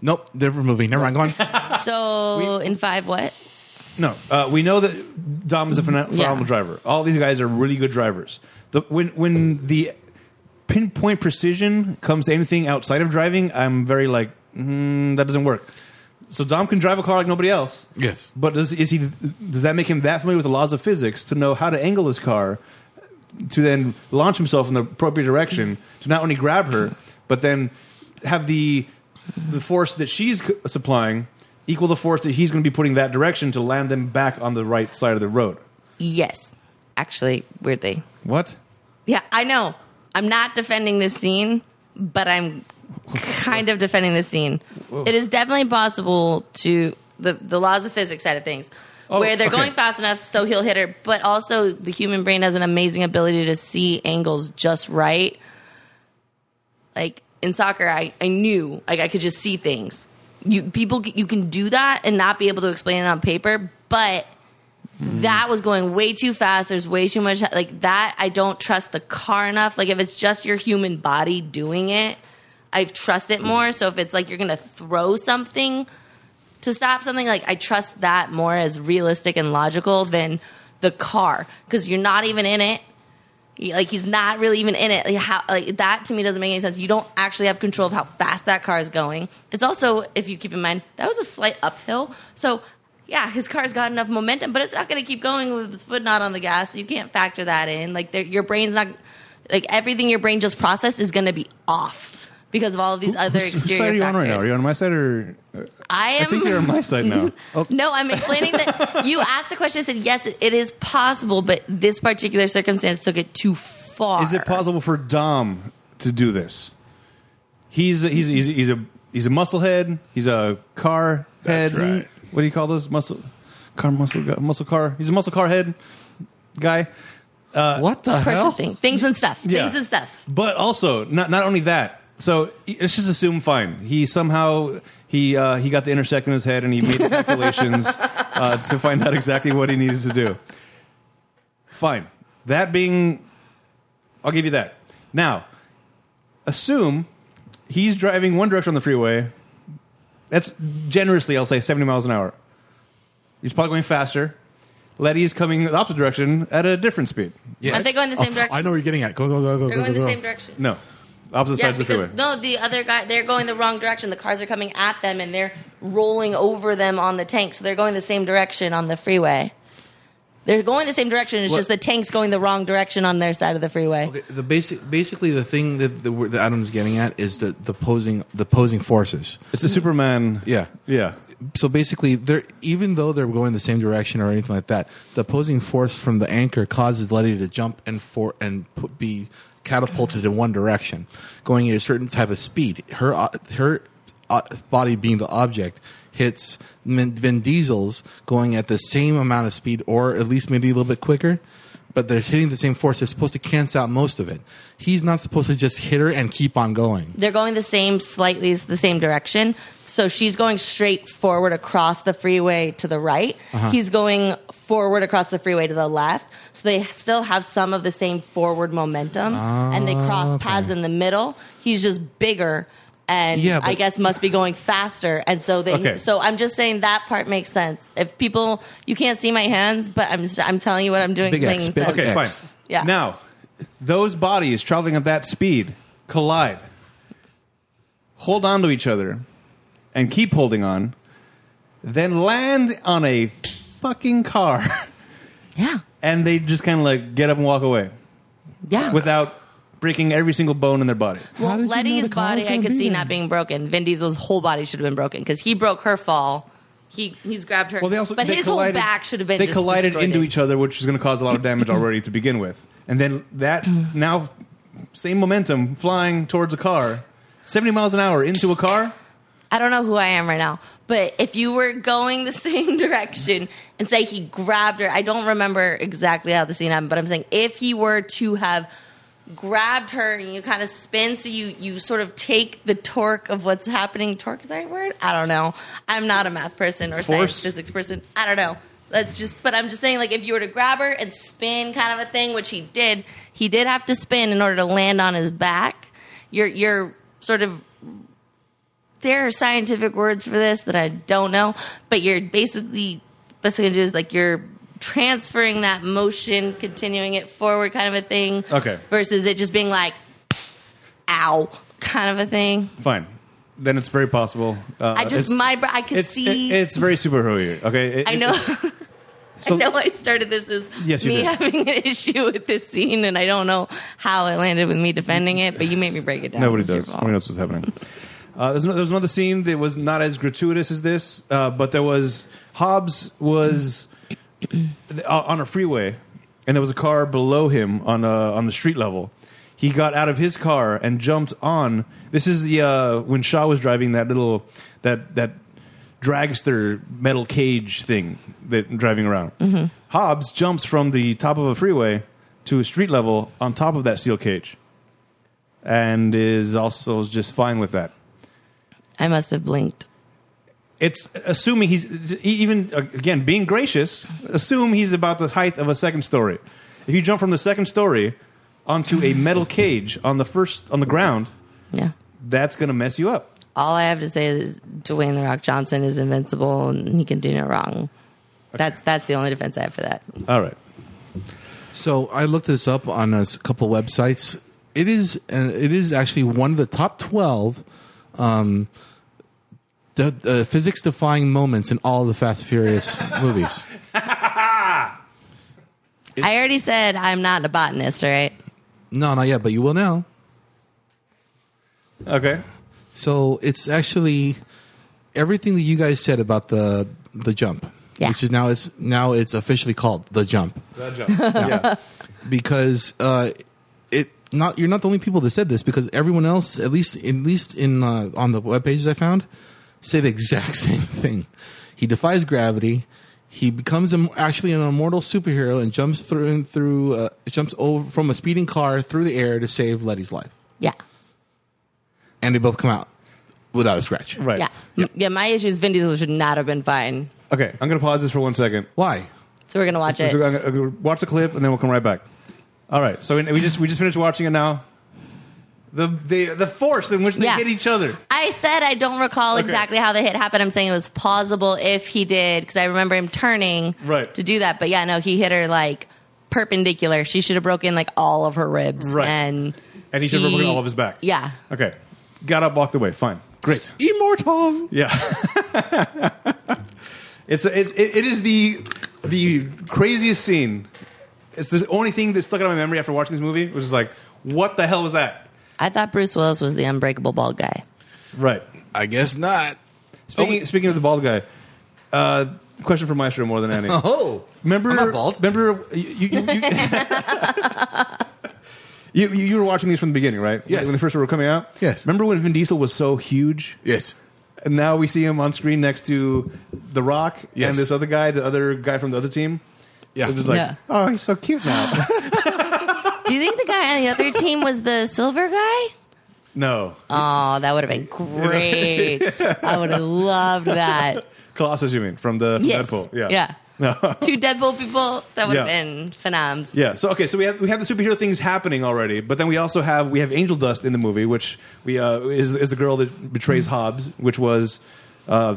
Speaker 3: Nope, different movie. Never mind. Go on.
Speaker 2: So in five, what?
Speaker 1: No, uh, we know that Dom is a pheno- phenomenal driver. All these guys are really good drivers. The, when when the pinpoint precision comes to anything outside of driving, I'm very like mm, that doesn't work. So Dom can drive a car like nobody else.
Speaker 3: Yes.
Speaker 1: But does is he does that make him that familiar with the laws of physics to know how to angle his car to then launch himself in the appropriate direction to not only grab her but then have the the force that she's c- supplying equal the force that he's going to be putting that direction to land them back on the right side of the road.
Speaker 2: Yes. Actually, weirdly.
Speaker 1: What?
Speaker 2: Yeah, I know. I'm not defending this scene, but I'm kind of defending this scene. It is definitely possible to the the laws of physics side of things.
Speaker 1: Oh,
Speaker 2: where they're
Speaker 1: okay.
Speaker 2: going fast enough so he'll hit her, but also the human brain has an amazing ability to see angles just right. Like in soccer, I, I knew like I could just see things. You people you can do that and not be able to explain it on paper, but that was going way too fast. There's way too much like that. I don't trust the car enough. Like if it's just your human body doing it, I trust it more. So if it's like you're gonna throw something to stop something, like I trust that more as realistic and logical than the car because you're not even in it. You- Like he's not really even in it. Like, how, like that to me doesn't make any sense. You don't actually have control of how fast that car is going. It's also, if you keep in mind, that was a slight uphill. So yeah, his car's got enough momentum, but it's not going to keep going with his foot not on the gas. So you can't factor that in. Like there- your brain's not, like everything your brain just processed is going to be off because of all of these other
Speaker 1: Whose- whose
Speaker 2: exterior
Speaker 1: side are you
Speaker 2: factors.
Speaker 1: on right now? Are you on my side or
Speaker 2: I am.
Speaker 1: I think you're on my side now.
Speaker 2: No, I'm explaining that you asked the question. I said yes, it it is possible, but this particular circumstance took it too far.
Speaker 1: Is it possible for Dom to do this? He's a, he's he's he's a he's a musclehead. He's a car head.
Speaker 4: That's right.
Speaker 1: What do you call those muscle car muscle gu- muscle car? He's a muscle car head guy.
Speaker 3: Uh, what the
Speaker 2: Person
Speaker 3: hell?
Speaker 2: thing, things and stuff,
Speaker 1: Yeah.
Speaker 2: things and stuff.
Speaker 1: But also not not only that. So let's just assume fine. He somehow he uh, he got the intersect in his head and he made the calculations uh, to find out exactly what he needed to do. Fine. That being, I'll give you that. Now, assume he's driving one direction on the freeway. That's generously, I'll say, 70 miles an hour. He's probably going faster. Letty's coming the opposite direction at a different speed.
Speaker 3: Yes. Oh,
Speaker 2: Aren't they going the same direction?
Speaker 3: I know where you're getting at. Go go go go
Speaker 2: They're
Speaker 3: go
Speaker 2: going
Speaker 3: go.
Speaker 2: the
Speaker 3: go.
Speaker 2: same direction.
Speaker 1: No, opposite
Speaker 2: Yeah,
Speaker 1: sides of the freeway.
Speaker 2: because no, the other guy, they're going the wrong direction. The cars are coming at them, and they're rolling over them on the tank. So they're going the same direction on the freeway. They're going the same direction. It's
Speaker 3: What-
Speaker 2: just the tank's going the wrong direction on their side of the freeway.
Speaker 3: Okay, the basic, basically, the thing that the, that Adam's getting at is the, the posing, the posing forces.
Speaker 1: It's the Superman.
Speaker 3: Yeah.
Speaker 1: Yeah.
Speaker 3: So basically, they're even though they're going the same direction or anything like that, the opposing force from the anchor causes Letty to jump and for and put, be catapulted in one direction, going at a certain type of speed. Her o- her o- body being the object hits Vin Vin Diesel's going at the same amount of speed, or at least maybe a little bit quicker. But they're hitting the same force. They're supposed to cancel out most of it. He's not supposed to just hit her and keep on going.
Speaker 2: They're going the same, slightly the same direction. So she's going straight forward across the freeway to the right.
Speaker 3: Uh-huh.
Speaker 2: He's going forward across the freeway to the left. So they still have some of the same forward momentum, and
Speaker 3: Ah,
Speaker 2: they cross paths in the middle. He's just bigger. And
Speaker 3: Yeah,
Speaker 2: I
Speaker 3: but-
Speaker 2: guess must be going faster, and so they.
Speaker 1: Okay.
Speaker 2: So I'm just saying that part makes sense. If people, you can't see my hands, but I'm just, I'm telling you what I'm doing.
Speaker 3: Big X,
Speaker 2: makes
Speaker 3: big
Speaker 2: sense.
Speaker 1: Okay,
Speaker 3: X.
Speaker 1: fine.
Speaker 2: Yeah.
Speaker 1: Now, those bodies traveling at that speed collide, hold on to each other, and keep holding on, then land on a fucking car,
Speaker 2: Yeah,
Speaker 1: and they just kind of like get up and walk away
Speaker 2: yeah.
Speaker 1: without breaking every single bone in their body.
Speaker 3: How
Speaker 2: Well,
Speaker 3: did you know
Speaker 2: Letty's
Speaker 3: the car was
Speaker 2: body, I
Speaker 3: gonna
Speaker 2: could
Speaker 3: be
Speaker 2: see
Speaker 3: there?
Speaker 2: not being broken. Vin Diesel's whole body should have been broken because he broke her fall. He he's grabbed her.
Speaker 1: Well, they also
Speaker 2: but
Speaker 1: they
Speaker 2: his
Speaker 1: collided,
Speaker 2: whole back should have been.
Speaker 1: They
Speaker 2: just
Speaker 1: collided
Speaker 2: destroyed
Speaker 1: into
Speaker 2: it.
Speaker 1: each other, which is going to cause a lot of damage already to begin with, and then that now same momentum flying towards a car, seventy miles an hour into a car.
Speaker 2: I don't know who I am right now, but if you were going the same direction and say he grabbed her, I don't remember exactly how the scene happened, but I'm saying if he were to have grabbed her and you kind of spin so you you sort of take the torque of what's happening torque is the right word i don't know i'm not a math person or science
Speaker 1: Force?
Speaker 2: physics person i don't know let's just but i'm just saying like if you were to grab her and spin kind of a thing which he did he did have to spin in order to land on his back you're you're sort of there are scientific words for this that I don't know, but you're basically what's going to do is like you're transferring that motion, continuing it forward, kind of a thing.
Speaker 1: Okay.
Speaker 2: Versus it just being like, ow, kind of a thing.
Speaker 1: Fine, then it's very possible. Uh,
Speaker 2: I just
Speaker 1: it's,
Speaker 2: my br- I can
Speaker 1: it's,
Speaker 2: see.
Speaker 1: it- it's very superhero. Okay, It-
Speaker 2: I
Speaker 1: it-
Speaker 2: know.
Speaker 1: So,
Speaker 2: I know I started this as
Speaker 1: Yes, you
Speaker 2: me
Speaker 1: did.
Speaker 2: having an issue with this scene, and I don't know how it landed with me defending it, but you made me break it down.
Speaker 1: Nobody
Speaker 2: It's your
Speaker 1: does.
Speaker 2: fault.
Speaker 1: Nobody knows what's happening. Uh, there's, no, there's another scene that was not as gratuitous as this, uh, but there was Hobbs was uh, on a freeway, and there was a car below him on uh, on the street level. He got out of his car and jumped on. This is the uh, when Shaw was driving that little that that dragster metal cage thing that driving around.
Speaker 2: Mm-hmm.
Speaker 1: Hobbs jumps from the top of a freeway to a street level on top of that steel cage and is also just fine with that.
Speaker 2: I must have blinked.
Speaker 1: It's assuming he's e, even uh, again being gracious. Assume he's about the height of a second story. If you jump from the second story onto a metal cage on the first on the ground,
Speaker 2: Yeah.
Speaker 1: that's going to mess you up.
Speaker 2: all I have to say is Dwayne the Rock Johnson is invincible and he can do no wrong. That's that's the only defense I have for that.
Speaker 1: All right.
Speaker 3: So I looked this up on a s- couple websites. It is, and it is actually one of the top twelve um, the, uh, physics-defying moments in all the Fast and Furious movies.
Speaker 2: I already said I'm not a botanist, all right?
Speaker 3: No, not yet, but you will now.
Speaker 1: Okay.
Speaker 3: So it's actually everything that you guys said about the the jump,
Speaker 2: Yeah.
Speaker 3: which is now it's now it's officially called the jump.
Speaker 1: That jump. yeah.
Speaker 3: because uh, it not you're not the only people that said this because everyone else at least at least in uh, on the web pages I found say the exact same thing. He defies gravity. He becomes a, actually an immortal superhero and jumps through and through uh, jumps over from a speeding car through the air to save Letty's life,
Speaker 2: Yeah.
Speaker 3: and they both come out without a scratch.
Speaker 1: Right.
Speaker 2: Yeah. M- Yeah, my issue is Vin Diesel should not have been fine.
Speaker 1: Okay. I'm going to pause this for one second.
Speaker 3: Why?
Speaker 2: So we're gonna watch
Speaker 1: So I'm
Speaker 2: it.
Speaker 1: gonna- I'm gonna watch the clip and then we'll come right back. All right. So we just we just finished watching it now. The the the force in which they
Speaker 2: Yeah.
Speaker 1: hit each other.
Speaker 2: I said I don't recall
Speaker 1: Okay.
Speaker 2: exactly how the hit happened. I'm saying it was plausible if he did, because I remember him turning
Speaker 1: Right.
Speaker 2: to do that. But yeah, no, he hit her like perpendicular. She should have broken like all of her ribs.
Speaker 1: Right.
Speaker 2: And
Speaker 1: And he should have broken all of his back.
Speaker 2: Yeah.
Speaker 1: Okay. Got up, walked away. Fine. Great.
Speaker 3: Immortal.
Speaker 1: Yeah. it's it, it, it is the the craziest scene. It's the only thing that stuck out of my memory after watching this movie. Was just like, what the hell was that?
Speaker 2: I thought Bruce Willis was the unbreakable bald guy.
Speaker 1: Right.
Speaker 3: I guess not. Oh.
Speaker 1: Speaking, speaking of the bald guy, uh, question for Maestro more than any.
Speaker 3: Oh,
Speaker 1: Remember,
Speaker 3: I'm not bald.
Speaker 1: Remember, you you, you, you, you you were watching these from the beginning, right?
Speaker 3: Yes.
Speaker 1: When they first were coming out.
Speaker 3: Yes.
Speaker 1: Remember when Vin Diesel was so huge,
Speaker 3: Yes.
Speaker 1: and now we see him on screen next to The Rock
Speaker 3: Yes.
Speaker 1: and this other guy, the other guy from the other team.
Speaker 3: Yeah.
Speaker 1: So just like,
Speaker 2: Yeah.
Speaker 1: oh, he's so cute now.
Speaker 2: Do you think the guy on the other team was the silver guy?
Speaker 1: no,
Speaker 2: Oh, that would have been great. I would have loved that.
Speaker 1: Colossus, you mean from the from
Speaker 2: Yes.
Speaker 1: Deadpool? Yeah.
Speaker 2: Yeah.
Speaker 1: No.
Speaker 2: Two Deadpool people. That would have
Speaker 1: Yeah.
Speaker 2: been phenoms.
Speaker 1: Yeah. So okay. So we have we have the superhero things happening already, but then we also have we have Angel Dust in the movie, which we uh, is is the girl that betrays
Speaker 2: Mm-hmm.
Speaker 1: Hobbs, which was uh,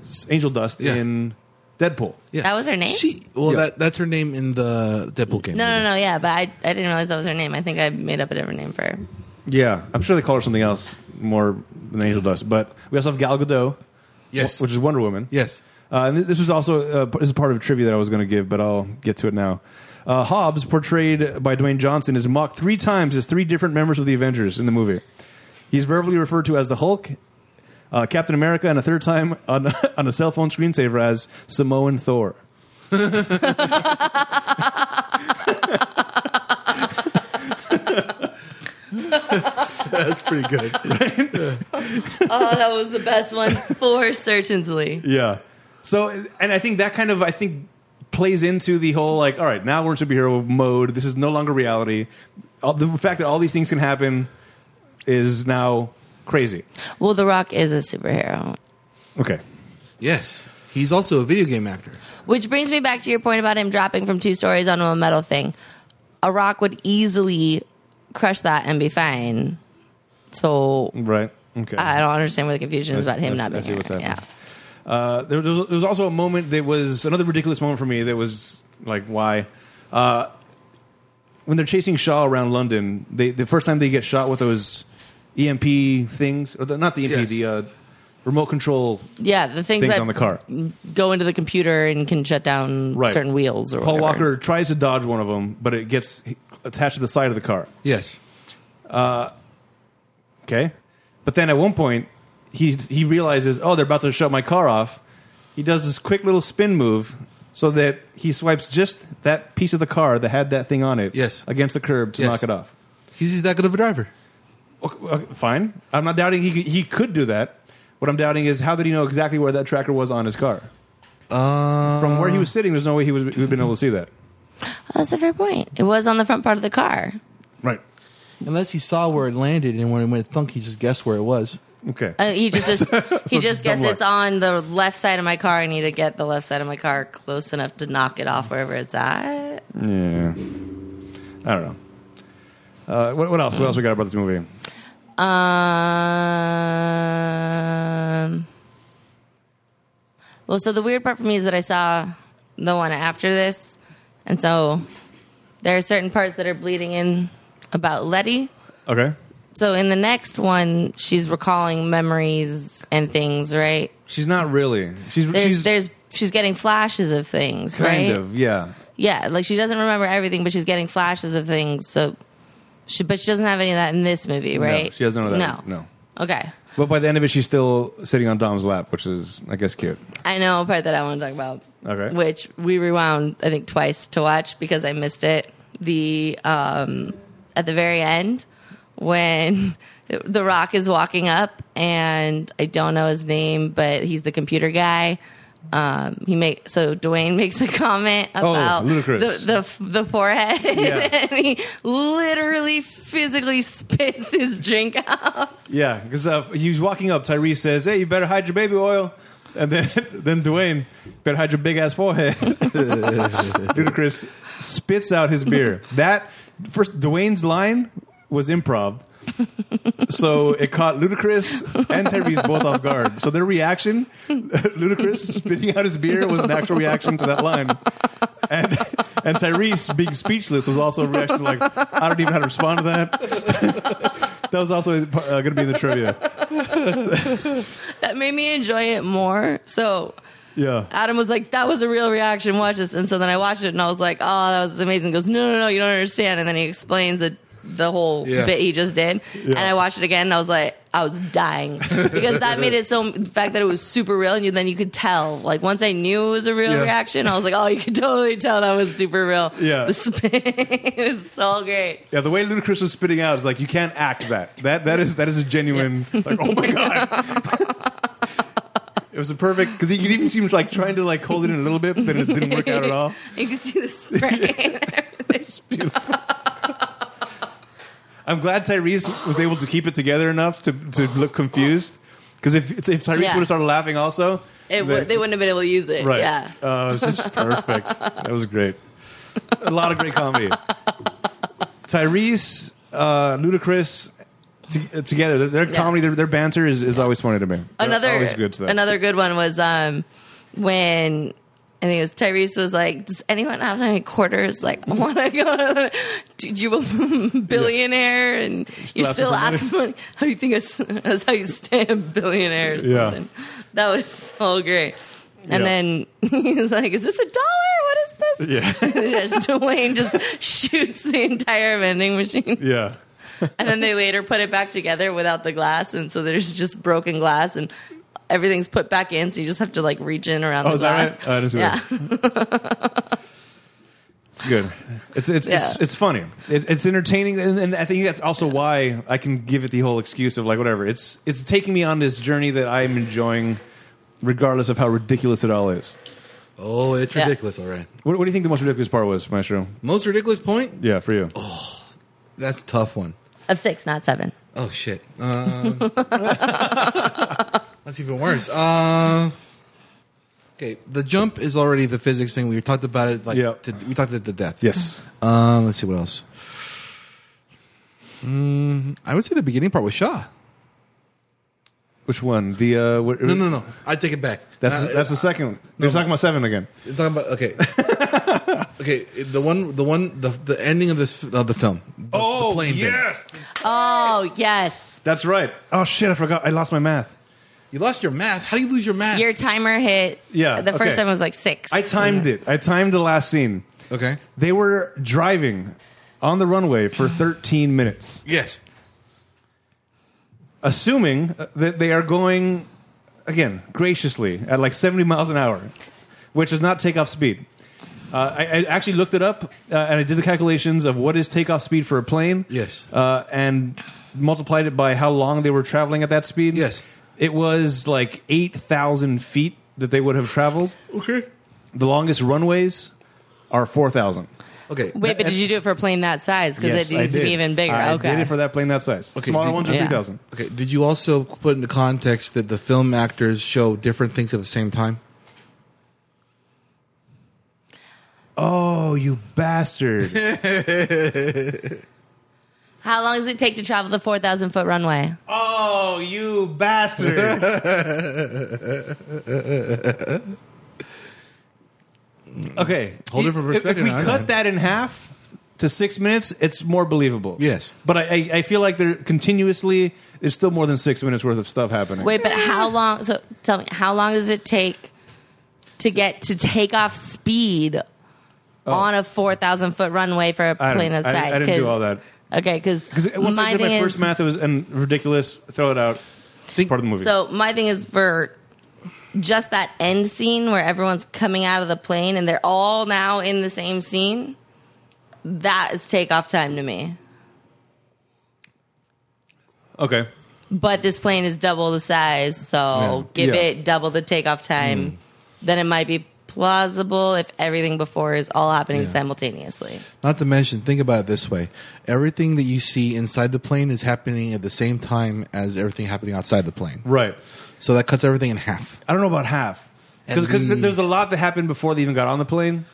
Speaker 1: s- Angel Dust
Speaker 3: Yeah.
Speaker 1: in Deadpool.
Speaker 3: Yeah.
Speaker 2: That was her name?
Speaker 3: She well
Speaker 1: Yeah.
Speaker 3: that that's her name in the Deadpool game.
Speaker 2: No,
Speaker 3: movie.
Speaker 2: no, no. Yeah, but I, I didn't realize that was her name. I think I made up a different name for her.
Speaker 1: Yeah, I'm sure they call her something else more than Angel Dust, but we also have Gal Gadot,
Speaker 3: Yes.
Speaker 1: which is Wonder Woman.
Speaker 3: Yes.
Speaker 1: Uh, and th- this was also uh, p- this is part of trivia that I was going to give, but I'll get to it now. Uh, Hobbs, portrayed by Dwayne Johnson, is mocked three times as three different members of the Avengers in the movie. He's verbally referred to as the Hulk, uh, Captain America, and a third time on, on a cell phone screensaver as Samoan Thor.
Speaker 3: That's pretty good.
Speaker 2: Oh, that was the best one for certainly.
Speaker 1: Yeah. So, and I think that kind of I think plays into the whole like, all right, now we're in superhero mode. This is no longer reality. All, the fact that all these things can happen is now crazy.
Speaker 2: Well, The Rock is a superhero.
Speaker 1: Okay.
Speaker 3: yes. He's also a video game actor.
Speaker 2: Which brings me back to your point about him dropping from two stories onto a metal thing. A rock would easily crush that and be fine. So
Speaker 1: Right. Okay.
Speaker 2: I don't understand where the confusion is
Speaker 1: That's-
Speaker 2: about him
Speaker 1: that's-
Speaker 2: not
Speaker 1: I
Speaker 2: being
Speaker 1: see what's
Speaker 2: there. Yeah.
Speaker 1: happening. Uh, there, was, there was also a moment that was another ridiculous moment for me that was like, why? Uh, when they're chasing Shaw around London, they, the first time they get shot with those EMP things, or the, not the EMP,
Speaker 3: Yes.
Speaker 1: the uh, remote control
Speaker 2: Yeah, the things,
Speaker 1: things
Speaker 2: that
Speaker 1: on the car.
Speaker 2: go into the computer and can shut down
Speaker 1: Right.
Speaker 2: certain wheels or
Speaker 1: Paul
Speaker 2: whatever.
Speaker 1: Walker tries to dodge one of them, but it gets attached to the side of the car.
Speaker 3: Yes.
Speaker 1: Okay. But then at one point, he he realizes, oh, they're about to shut my car off. He does this quick little spin move so that he swipes just that piece of the car that had that thing on it
Speaker 3: Yes.
Speaker 1: against the curb to
Speaker 3: Yes.
Speaker 1: knock it off.
Speaker 3: He's, he's that good of a driver.
Speaker 1: Okay, okay, fine. I'm not doubting he could- he could do that. What I'm doubting is how did he know exactly where that tracker was on his car?
Speaker 3: Uh,
Speaker 1: From where he was sitting, there's no way he was he would have been able to see that.
Speaker 2: That's a fair point. It was on the front part of the car.
Speaker 1: Right.
Speaker 3: unless he saw where it landed and when it went thunk, he just guessed where it was.
Speaker 1: Okay.
Speaker 2: Uh, he just, just he
Speaker 1: just
Speaker 2: just
Speaker 1: dumb
Speaker 2: guessed
Speaker 1: luck.
Speaker 2: it's on the left side of my car. I need to get the left side of my car close enough to knock it off wherever it's at.
Speaker 1: Yeah. I don't know. Uh, what, what else? What else we got about this movie?
Speaker 2: Um. Well, so the weird part for me is that I saw the one after this, and so there are certain parts that are bleeding in about Letty.
Speaker 1: Okay.
Speaker 2: So in the next one, she's recalling memories and things, right?
Speaker 1: She's not really. She's
Speaker 2: There's
Speaker 1: she's
Speaker 2: there's she's getting flashes of things,
Speaker 1: kind
Speaker 2: right?
Speaker 1: of yeah.
Speaker 2: Yeah, like she doesn't remember everything, but she's getting flashes of things. So, she but she doesn't have any of that in this movie, right?
Speaker 1: she doesn't know that.
Speaker 2: No,
Speaker 1: No.
Speaker 2: Okay,
Speaker 1: But by the end of it, she's still sitting on Dom's lap, which is I guess cute.
Speaker 2: I know a part that I want to talk about.
Speaker 1: Okay.
Speaker 2: Which we rewound, I think, twice to watch because I missed it. The um, at the very end when The Rock is walking up, and I don't know his name, but he's the computer guy. Um, he make so Dwayne makes a comment about
Speaker 1: Ludacris.
Speaker 2: the, the the forehead,
Speaker 1: Oh, Yeah.
Speaker 2: and he literally physically spits his drink out.
Speaker 1: Yeah, because uh, he's walking up. Tyrese says, "Hey, you better hide your baby oil," and then then Dwayne better hide your big ass forehead. Ludacris spits out his beer. That first Dwayne's line was improv. so it caught Ludacris and Tyrese both off guard. So their reaction, Ludacris spitting out his beer, was an actual reaction to that line, and and Tyrese being speechless was also a reaction like I don't even know how to respond to that. that was also uh, going to be in the trivia.
Speaker 2: that made me enjoy it more. So
Speaker 1: Yeah.
Speaker 2: Adam was like, that was a real reaction. Watch this. And so then I watched it and I was like, oh, that was amazing. He goes, no, no, no, you don't understand. And then he explains the, the whole
Speaker 3: Yeah.
Speaker 2: bit he just did. And I watched it again and I was like, I was dying because that made it so, the fact that it was super real and you, then you could tell. Like once I knew it was a real
Speaker 3: Yeah.
Speaker 2: reaction, I was like, oh, you could totally tell that was super real.
Speaker 1: Yeah.
Speaker 2: The spin. it was so great.
Speaker 1: Yeah, the way Ludacris was spitting out is like you can't act that. That that is that is a genuine like oh my god. it was a perfect because he could even seem like trying to like hold it in a little bit, but then it didn't work out at all.
Speaker 2: You can see the spray.
Speaker 1: I'm glad Tyrese was able to keep it together enough to to look confused because if if Tyrese
Speaker 2: Yeah.
Speaker 1: would have started laughing also,
Speaker 2: it,
Speaker 1: then-
Speaker 2: w- they wouldn't have been able to use it.
Speaker 1: right.
Speaker 2: Yeah.
Speaker 1: Oh, it was just perfect. that was great. A lot of great comedy. Tyrese, uh, Ludacris. To, together, their, their
Speaker 2: Yeah.
Speaker 1: comedy, their, their banter is, is always funny to me. They're
Speaker 2: another
Speaker 1: always good to that.
Speaker 2: another good one was um when I think it was Tyrese was like, "Does anyone have any quarters? Like, I want to go. To the, dude, you a billionaire, and you're still asking for money. How do you think that's, that's how you stay a billionaire?" Or
Speaker 1: Yeah.
Speaker 2: something. that was so great.
Speaker 1: Yeah.
Speaker 2: And then he's like, "Is this a dollar? What is this?"
Speaker 1: Yeah.
Speaker 2: just Dwayne just shoots the entire vending machine.
Speaker 1: Yeah.
Speaker 2: And then they later put it back together without the glass, and so there's just broken glass and everything's put back in. So you just have to like reach in around
Speaker 1: Oh,
Speaker 2: the
Speaker 1: is
Speaker 2: glass.
Speaker 1: that right? Oh, it is good.
Speaker 2: yeah,
Speaker 1: It's good. It's it's it's,
Speaker 2: Yeah.
Speaker 1: it's funny. It, it's entertaining, and, and I think that's also why I can give it the whole excuse of like whatever. It's it's taking me on this journey that I'm enjoying, regardless of how ridiculous it all is.
Speaker 3: Oh, it's
Speaker 2: Yeah.
Speaker 3: ridiculous. All right.
Speaker 1: What, what do you think the most ridiculous part was, Maestro?
Speaker 3: Most ridiculous point?
Speaker 1: Yeah, for you.
Speaker 3: That's a tough one.
Speaker 2: of six, not seven.
Speaker 3: Oh shit. Um, that's even worse. Uh, okay, the jump is already the physics thing. We talked about it. Like
Speaker 1: Yeah.
Speaker 3: to, we talked about it to death.
Speaker 1: Yes.
Speaker 3: Um, let's see what else. Mm, I would say the beginning part was Shaw.
Speaker 1: Which one? The uh, what,
Speaker 3: No, no, no. I take it back.
Speaker 1: That's
Speaker 3: Uh,
Speaker 1: that's the second. one. They're talking about seven again.
Speaker 3: You're talking about okay, okay. The one, the one, the the ending of this of the film. The,
Speaker 1: Oh,
Speaker 3: the plane bit.
Speaker 2: Oh yes,
Speaker 1: that's right. Oh shit, I forgot. I lost my math.
Speaker 3: You lost your math. How do you lose your math?
Speaker 2: your timer hit.
Speaker 1: Yeah,
Speaker 2: the
Speaker 1: okay.
Speaker 2: first time was like six.
Speaker 1: I timed it. I timed the last scene.
Speaker 3: okay.
Speaker 1: They were driving on the runway for 13 minutes.
Speaker 3: Yes.
Speaker 1: assuming uh, that they are going again graciously at like 70 miles an hour which is not takeoff speed uh, I, I actually looked it up uh, and i did the calculations of what is takeoff speed for a plane
Speaker 3: Yes.
Speaker 1: uh, and multiplied it by how long they were traveling at that speed
Speaker 3: Yes.
Speaker 1: it was like 8000 feet that they would have traveled
Speaker 3: Okay.
Speaker 1: the longest runways are 4000
Speaker 3: Okay.
Speaker 2: Wait, but did you do it for a plane that size? Because it
Speaker 1: I
Speaker 2: needs to be
Speaker 1: did.
Speaker 2: even bigger.
Speaker 1: I
Speaker 2: okay,
Speaker 1: did it for that plane that size
Speaker 3: Okay,
Speaker 1: smaller
Speaker 3: did-
Speaker 1: ones are
Speaker 2: Yeah.
Speaker 1: 3000
Speaker 3: Okay. Did you also put into context that the film actors show different things at the same time?
Speaker 1: oh you bastard
Speaker 2: how long does it take to travel the four thousand foot runway?
Speaker 1: Oh, you bastard. okay.
Speaker 3: Whole different
Speaker 1: If-
Speaker 3: perspective
Speaker 1: If,
Speaker 3: now,
Speaker 1: we
Speaker 3: I
Speaker 1: cut
Speaker 3: know.
Speaker 1: that in half to six minutes, it's more believable.
Speaker 3: Yes.
Speaker 1: But I, I, I feel like they're continuously, there's still more than six minutes worth of stuff happening.
Speaker 2: Wait, but how long? So tell me, how long does it take to get to take off speed on a four thousand foot runway for a
Speaker 1: Oh. I, don't-
Speaker 2: plane
Speaker 1: I,
Speaker 2: outside?
Speaker 1: I didn't
Speaker 2: 'Cause-
Speaker 1: do all that.
Speaker 2: Okay, because
Speaker 1: Because once I did my first math, it was and ridiculous. Throw it out. it's
Speaker 3: Think-
Speaker 1: part of the movie.
Speaker 2: So my thing is for just that end scene where everyone's coming out of the plane and they're all now in the same scene. That is takeoff time to me.
Speaker 1: okay.
Speaker 2: But this plane is double the size, so give
Speaker 1: Yeah. Hmm.
Speaker 2: it double the takeoff time. Then it might be plausible if everything before is all happening
Speaker 3: Yeah.
Speaker 2: simultaneously.
Speaker 3: Not to mention, think about it this way: everything that you see inside the plane is happening at the same time as everything happening outside the plane.
Speaker 1: Right.
Speaker 3: So that cuts everything in half.
Speaker 1: I don't know about half.
Speaker 3: At
Speaker 1: Because
Speaker 3: least.
Speaker 1: there's a lot that happened before they even got on the plane.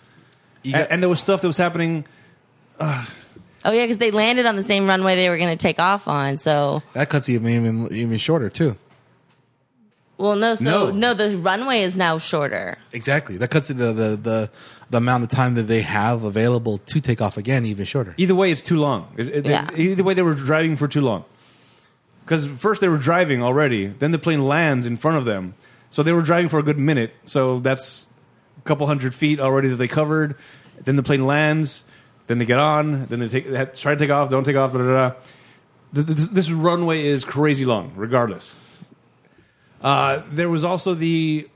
Speaker 1: And,
Speaker 3: You got-
Speaker 1: and there was stuff that was happening.
Speaker 2: Oh yeah, because they landed on the same runway they were going to take off on. So
Speaker 3: that cuts even even even shorter too.
Speaker 2: well, no, so
Speaker 1: No.
Speaker 2: no, the runway is now shorter.
Speaker 3: Exactly. That cuts the, the the the amount of time that they have available to take off again even shorter.
Speaker 1: Either way, it's too long. It, it-
Speaker 2: Yeah.
Speaker 1: Either way, they were driving for too long. Because first they were driving already, then the plane lands in front of them. So they were driving for a good minute. So that's a couple hundred feet already that they covered. Then the plane lands. Then they get on. Then they take they had- try to take off. Don't take off. Blah, blah, blah. Th- th- This, this runway is crazy long, regardless. Uh, there was also the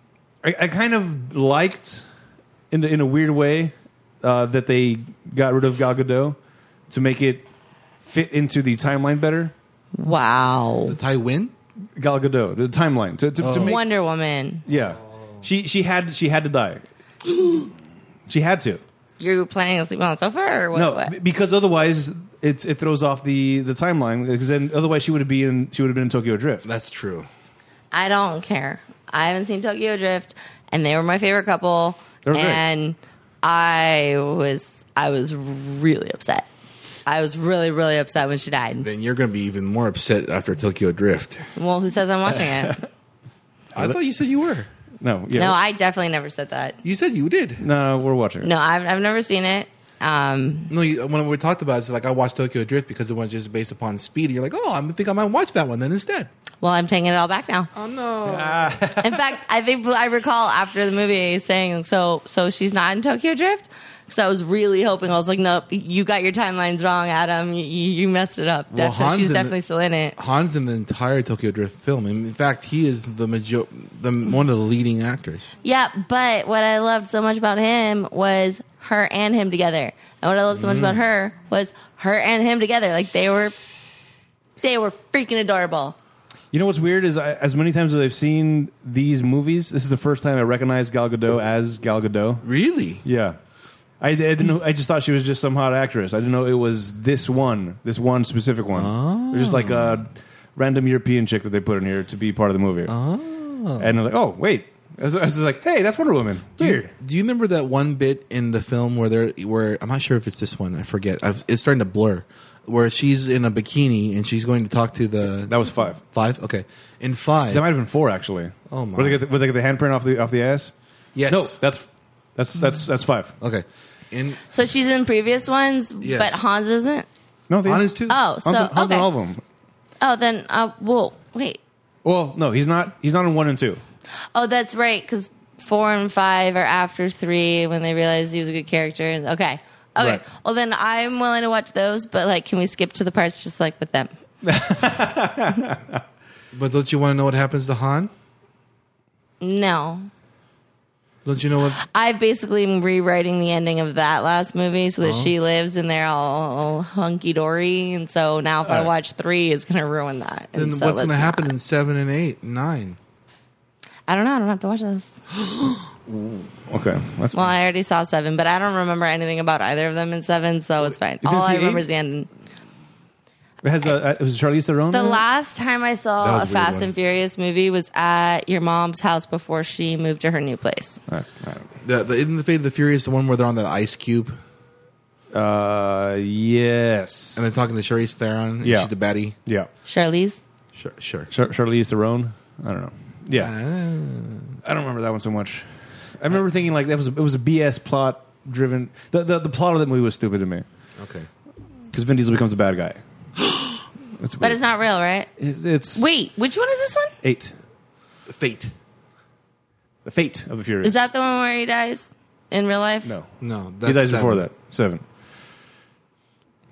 Speaker 1: I, I kind of liked in the, in a weird way uh, that they got rid of Gal Gadot to make it fit into the timeline better.
Speaker 2: Wow.
Speaker 3: Ty Win?
Speaker 1: Gal Gadot, the timeline to, to, to make
Speaker 2: Wonder Woman.
Speaker 1: yeah. She she had she had to die. she had to.
Speaker 2: You're planning to sleep on the sofa or what?
Speaker 1: No,
Speaker 2: what?
Speaker 1: b- because otherwise it it throws off the the timeline because then otherwise she would have been she would have been in Tokyo Drift.
Speaker 3: That's true.
Speaker 2: I don't care. I haven't seen Tokyo Drift, and they were my favorite couple.
Speaker 3: Oh,
Speaker 1: They were great.
Speaker 2: and I was I was really upset. I was really really upset when she died.
Speaker 3: Then you're going to be even more upset after Tokyo Drift.
Speaker 2: Well, who says I'm watching it?
Speaker 3: I thought you said you were.
Speaker 1: No, yeah.
Speaker 2: No, I definitely never said that.
Speaker 3: You said you did.
Speaker 1: no, we're watching. it.
Speaker 2: No, I've I've never seen it. Um,
Speaker 3: No, you, when we talked about it, it's like I watched Tokyo Drift because it was just based upon speed. You're like, oh, I think I might watch that one then instead.
Speaker 2: well, I'm taking it all back now.
Speaker 3: Oh, no.
Speaker 2: In fact, I think I recall after the movie saying, "So, so she's not in Tokyo Drift," because I was really hoping. I was like, "Nope, you got your timelines wrong, Adam. You, you you messed it up.
Speaker 3: Well,
Speaker 2: Definitely-
Speaker 3: Han's
Speaker 2: she's
Speaker 3: in
Speaker 2: definitely
Speaker 3: the-
Speaker 2: still in it."
Speaker 3: Han's in the entire Tokyo Drift film. In fact, he is the major, the one of the leading actors.
Speaker 2: Yeah, but what I loved so much about him was her and him together, and what I loved so much about
Speaker 1: Mm.
Speaker 2: her was her and him together. Like they were, they were freaking adorable.
Speaker 1: You know what's weird is I, as many times as I've seen these movies, this is the first time I recognized Gal Gadot as Gal Gadot.
Speaker 3: Really?
Speaker 1: Yeah. I, I didn't. know- I just thought she was just some hot actress. I didn't know it was this one, this one specific one. It was just like a
Speaker 3: Oh.
Speaker 1: random European chick that they put in here to be part of the movie. And I was like, oh wait, I was, I was just like, hey, that's Wonder Woman. Weird.
Speaker 3: Do you remember that one bit in the film where there, where I'm not sure if it's this one. I forget. I've, it's starting to blur. Where she's in a bikini and she's going to talk to the
Speaker 1: That was five.
Speaker 3: five. Okay, in
Speaker 1: That might
Speaker 3: five.
Speaker 1: have been four actually.
Speaker 3: Oh, my.
Speaker 1: Where they get the, where they get the handprint off the off the ass.
Speaker 3: Yes.
Speaker 1: No, that's that's that's that's five.
Speaker 3: Okay. In
Speaker 2: So she's in previous ones,
Speaker 3: Yes.
Speaker 2: but Hans isn't.
Speaker 1: No, they,
Speaker 3: on his two.
Speaker 2: Oh, so
Speaker 1: Hans, Hans
Speaker 2: okay.
Speaker 1: on all of them.
Speaker 2: Oh, then uh, well, wait.
Speaker 1: Well, no, he's not. He's not in one and two.
Speaker 2: Oh, that's right. Because four and five are after three when they realized he was a good character. And okay, okay.
Speaker 1: Right.
Speaker 2: Well, then I'm willing to watch those, but like, can we skip to the parts just like with them?
Speaker 3: But don't you want to know what happens to Han?
Speaker 2: No,
Speaker 3: Don't you know what?
Speaker 2: I basically am rewriting the ending of that last movie so that
Speaker 3: Oh.
Speaker 2: she lives and they're all hunky dory. And so now if I
Speaker 1: Alright.
Speaker 2: watch three, it's going to ruin that. And
Speaker 3: Then
Speaker 2: so
Speaker 3: what's going to
Speaker 2: let's
Speaker 3: happen
Speaker 2: not.
Speaker 3: in seven and eight, and nine?
Speaker 2: I don't know. I don't have to watch those.
Speaker 1: Okay, that's
Speaker 2: Well, I already saw seven, but I don't remember anything about either of them in seven, so it's fine.
Speaker 1: didn't
Speaker 2: All
Speaker 1: see
Speaker 2: I
Speaker 1: eight?
Speaker 2: remember is the ending.
Speaker 1: it has a, uh, it was Charlize Theron.
Speaker 2: The
Speaker 1: in it?
Speaker 2: last time I
Speaker 3: Mm-hmm. That
Speaker 2: saw
Speaker 3: was
Speaker 2: a
Speaker 3: a weird
Speaker 2: Fast
Speaker 3: one.
Speaker 2: and Furious movie was at your mom's house before she moved to her new place.
Speaker 1: All right, all right.
Speaker 3: The, the in the Fate of the Furious, the one where they're on the ice cube
Speaker 1: Uh, yes.
Speaker 3: and they're talking to Charlize Theron. And
Speaker 1: Yeah.
Speaker 3: she's the baddie.
Speaker 1: yeah.
Speaker 2: Charlize?
Speaker 3: Sure, sure.
Speaker 1: Char- Charlize Theron. I don't know. Yeah,
Speaker 3: Ah.
Speaker 1: I don't remember that one so much. I remember thinking like that was a, it was a BS plot driven. The, the the plot of that movie was stupid to me
Speaker 3: Okay.
Speaker 1: because Vin Diesel becomes a bad guy.
Speaker 2: But it's not real, right?
Speaker 1: It's, it's
Speaker 2: Wait, which one is this one?
Speaker 1: eight.
Speaker 3: Fate.
Speaker 1: The fate of the Furious.
Speaker 2: Is that the one where he dies in real life?
Speaker 1: no?
Speaker 3: No, that's
Speaker 1: He dies
Speaker 3: seven.
Speaker 1: before that. Seven.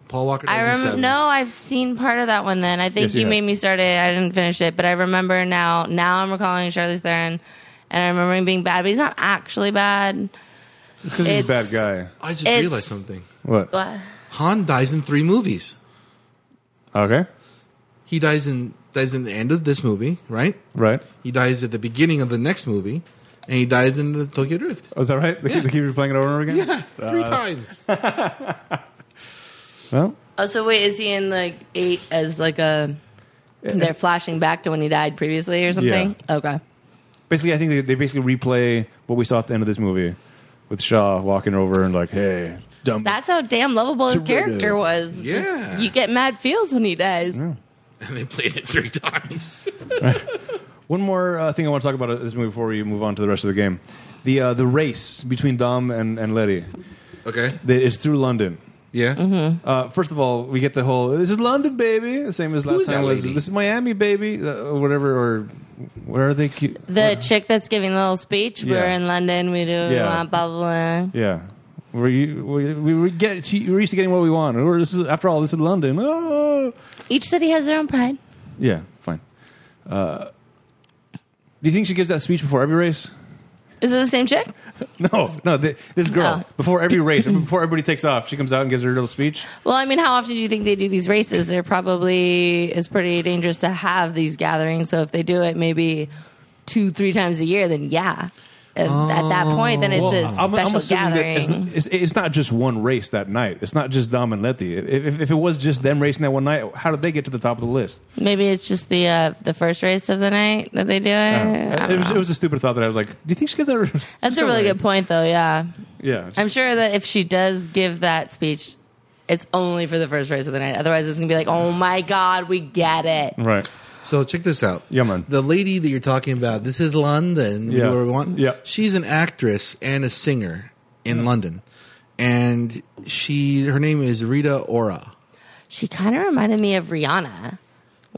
Speaker 3: Paul Walker.
Speaker 2: I
Speaker 3: dies in
Speaker 2: remember.
Speaker 3: seven.
Speaker 2: No, I've seen part of that one. Then I think
Speaker 1: Yes, you
Speaker 2: you
Speaker 1: have.
Speaker 2: made me start it. I didn't finish it, but I remember now. Now I'm recalling Charlize Theron, and I remember him being bad, but he's not actually bad.
Speaker 1: It's because he's a
Speaker 2: It's-
Speaker 1: bad guy.
Speaker 3: I just
Speaker 2: It's-
Speaker 3: realized something.
Speaker 1: What?
Speaker 2: But
Speaker 3: Han dies in three movies.
Speaker 1: Okay.
Speaker 3: He dies in dies in the end of this movie, right?
Speaker 1: Right.
Speaker 3: He dies at the beginning of the next movie, and he dies in the Tokyo Drift.
Speaker 1: Oh, is that right? They, keep,
Speaker 3: Yeah.
Speaker 1: they keep replaying it over and over again.
Speaker 3: Yeah, three times.
Speaker 1: Well,
Speaker 2: oh, so wait, is he in like eight as like a? They're flashing back to when he died previously or something. Okay.
Speaker 1: basically, I think they, they basically replay what we saw at the end of this movie with Shaw walking over and like, hey, dumb.
Speaker 2: That's how damn lovable his character was. Just-
Speaker 3: Yeah.
Speaker 2: you get mad feels when he dies.
Speaker 3: and they played it three times.
Speaker 1: One more uh, thing I want to talk about this movie before we move on to the rest of the game. The uh, the race between Dom and, and Letty
Speaker 3: Okay.
Speaker 1: that is through London.
Speaker 3: Yeah.
Speaker 1: Uh, first of all, we get the whole "This is London, baby," the same as last
Speaker 3: Who's that
Speaker 1: time was
Speaker 3: lady?
Speaker 1: "This is Miami, baby," uh, or whatever. Or where are they? cu-
Speaker 2: The chick that's giving the little speech. We're
Speaker 1: Yeah.
Speaker 2: in London. We do
Speaker 1: Yeah.
Speaker 2: uh, blah blah blah.
Speaker 1: yeah, we we we were get we're used to getting what we want. Or this is after all, this is London. Oh.
Speaker 2: Each city has their own pride.
Speaker 1: Yeah, fine. Uh, do you think she gives that speech before every race?
Speaker 2: Is it the same chick?
Speaker 1: No, no. Th- this girl
Speaker 2: Oh.
Speaker 1: before every race, before everybody takes off, she comes out and gives her little speech.
Speaker 2: Well, I mean, how often do you think they do these races? They're probably it's pretty dangerous to have these gatherings. So if they do it maybe two, three times a year, then yeah. At, at that point, then it's a
Speaker 1: Oh. I'm- I'm
Speaker 2: special
Speaker 1: assuming that
Speaker 2: gathering.
Speaker 1: It's, it's, it's not just one race that night. It's not just Dom and Letty. If, if, if it was just them racing that one night, how did they get to the top of the list?
Speaker 2: Maybe it's just the uh, the first race of the night that they do it. Uh, I
Speaker 1: it,
Speaker 2: don't
Speaker 1: was,
Speaker 2: know.
Speaker 1: it was a stupid thought that I was like, do you think she gives that?
Speaker 2: That's a really good point, though. Yeah,
Speaker 1: Yeah,
Speaker 2: I'm sure that if she does give that speech, it's only for the first race of the night. Otherwise, it's gonna be like, oh my god, we get it.
Speaker 1: right.
Speaker 3: So check this out.
Speaker 1: Yeah, man.
Speaker 3: The lady that you're talking about, this is London. We
Speaker 1: Yeah.
Speaker 3: do whatever we want.
Speaker 1: Yeah.
Speaker 3: She's an actress and a singer in London, and she her name is Rita Ora.
Speaker 2: She kind of reminded me of Rihanna.